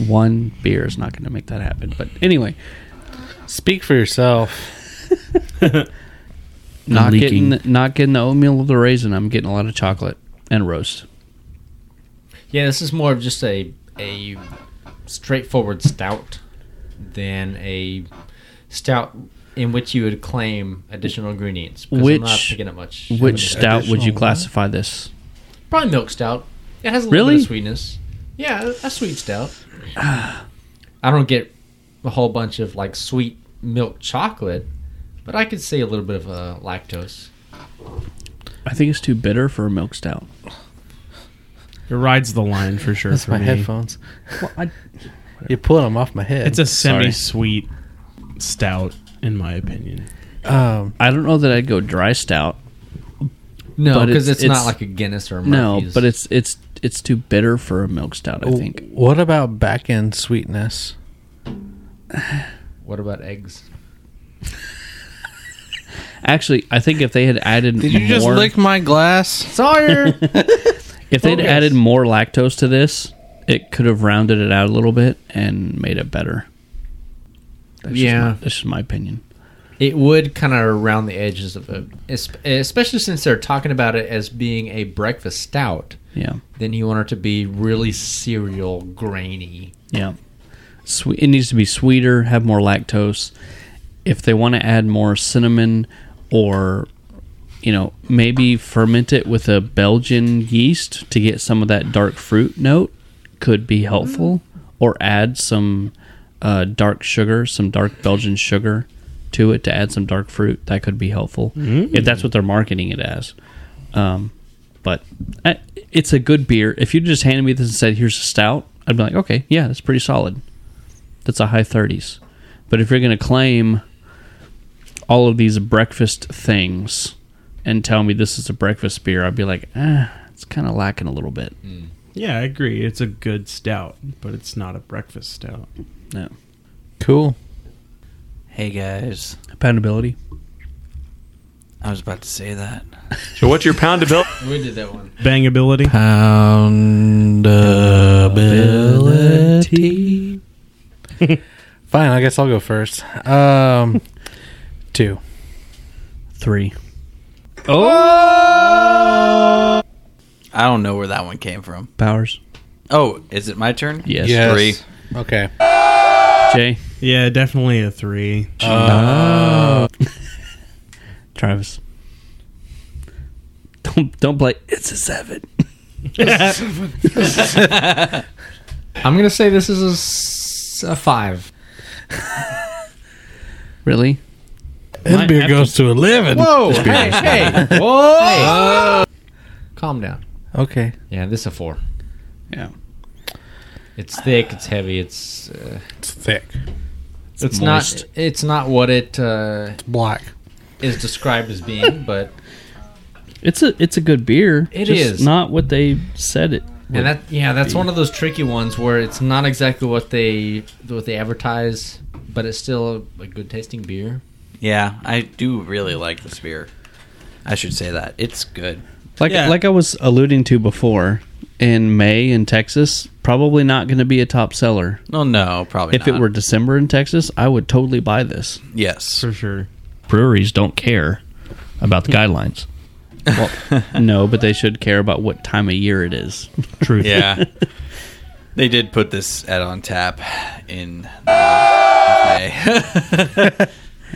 one beer is not going to make that happen. But anyway,
speak for yourself.
not
Leaking.
getting not getting the oatmeal of the raisin. I'm getting a lot of chocolate and roast.
Yeah, this is more of just a a straightforward stout than a stout in which you would claim additional ingredients. 'cause
Which
I'm not picking up much.
which stout would you classify this?
Probably milk stout. It has a little
Really?
bit of sweetness. Yeah, a sweet stout. *sighs* I don't get a whole bunch of like sweet milk chocolate, but I could see a little bit of uh, lactose.
I think it's too bitter for a milk stout.
It rides the line for sure.
That's
for
my
me.
headphones. You're pulling them off my head.
It's a
Sorry.
semi-sweet stout, in my opinion.
Um,
I don't know that I'd go dry stout.
No,
But
'cause it's not like a Guinness or a
no,
Murphy's.
but it's it's it's too bitter for a milk stout. I
W-
think
What about back end sweetness?
What about eggs?
actually, I think if they had added
Did you just
more,
lick my glass?
Sawyer!
if they'd
Focus.
added more lactose to this, it could have rounded it out a little bit and made it better. That's
Yeah.
just my, that's just my opinion.
It would kind of around the edges of it, Es- especially since they're talking about it as being a breakfast stout.
Yeah.
Then you want it to be really cereal grainy.
Yeah. Sweet. It needs to be sweeter, have more lactose. If they want to add more cinnamon or, you know, maybe ferment it with a Belgian yeast to get some of that dark fruit note could be helpful. Or add some uh, dark sugar, some dark Belgian sugar to it to add some dark fruit. That could be helpful
Mm.
if that's what they're marketing it as. Um, but I, it's a good beer. If you just handed me this and said, "Here's a stout," I'd be like, "Okay, yeah, that's pretty solid. That's a high 30s." But if you're going to claim all of these breakfast things and tell me this is a breakfast beer, I'd be like, "Ah, it's kind of lacking a little bit."
Yeah, I agree. It's a good stout, but it's not a breakfast stout.
No.
Cool.
Hey guys,
Poundability.
I was about to say that.
*laughs* So what's your poundability?
*laughs* We did that one.
Bangability.
Poundability. Fine, I guess I'll go first. Um, two.
Three.
Oh! I don't know where that one came from.
Powers.
Oh, is it my turn?
Yes.
Yes.
Three.
Okay.
Jay.
Yeah, definitely a three.
*laughs* Travis. Don't don't play. It's a seven.
I'm going to say this is a s- a, five.
Really?
This
Might
beer
have
goes to, eleven.
Whoa!
This beer
Hey,
goes to 11.
Oh, hey! *laughs* Whoa! Uh, Calm down.
Okay.
Yeah, this is a four.
Yeah.
It's thick. It's heavy. It's uh,
it's thick.
It's,
moist.
not. It's not what it uh,
black
is described as being, but
It's a it's a good beer.
It
It is
is.
not what they said it. would
and that yeah, that's
be.
one of those tricky ones where it's not exactly what they what they advertise, but it's still a, a good tasting beer.
Yeah, I do really like this beer. I should say that. It's good.
Like like I was alluding to before, in May in Texas, probably not going to be a top seller.
No, no, probably
if
not.
it were December in Texas, I would totally buy this.
Yes.
For sure.
Breweries don't care about the guidelines. Well, *laughs* no, but they should care about what time of year it is. True.
*laughs* Yeah. they did put this at on tap *laughs* in May.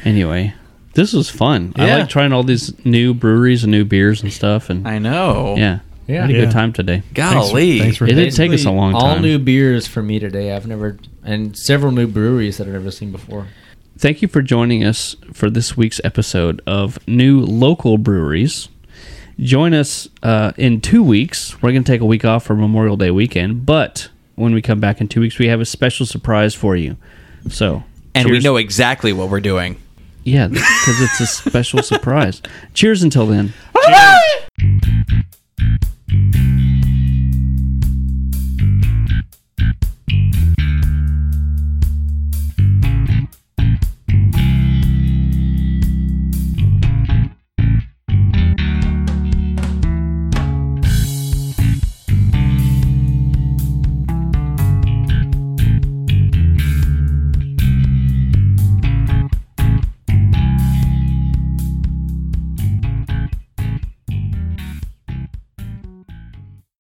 anyway, this was fun.
Yeah.
I like trying all these new breweries and new beers and stuff. And
*laughs* I know.
Yeah.
Yeah.
I had a
Yeah.
good time today.
Golly. Thanks for-
it did take us a
Basically,
long time.
All new beers for me today. I've never and several new breweries that I've never seen before.
Thank you for joining us for this week's episode of New Local Breweries. Join us uh, in two weeks. We're going to take a week off for Memorial Day weekend, but when we come back in two weeks, we have a special surprise for you. So,
And we
cheers-
know exactly what we're doing.
*laughs* yeah, because it's a special surprise. Cheers until then.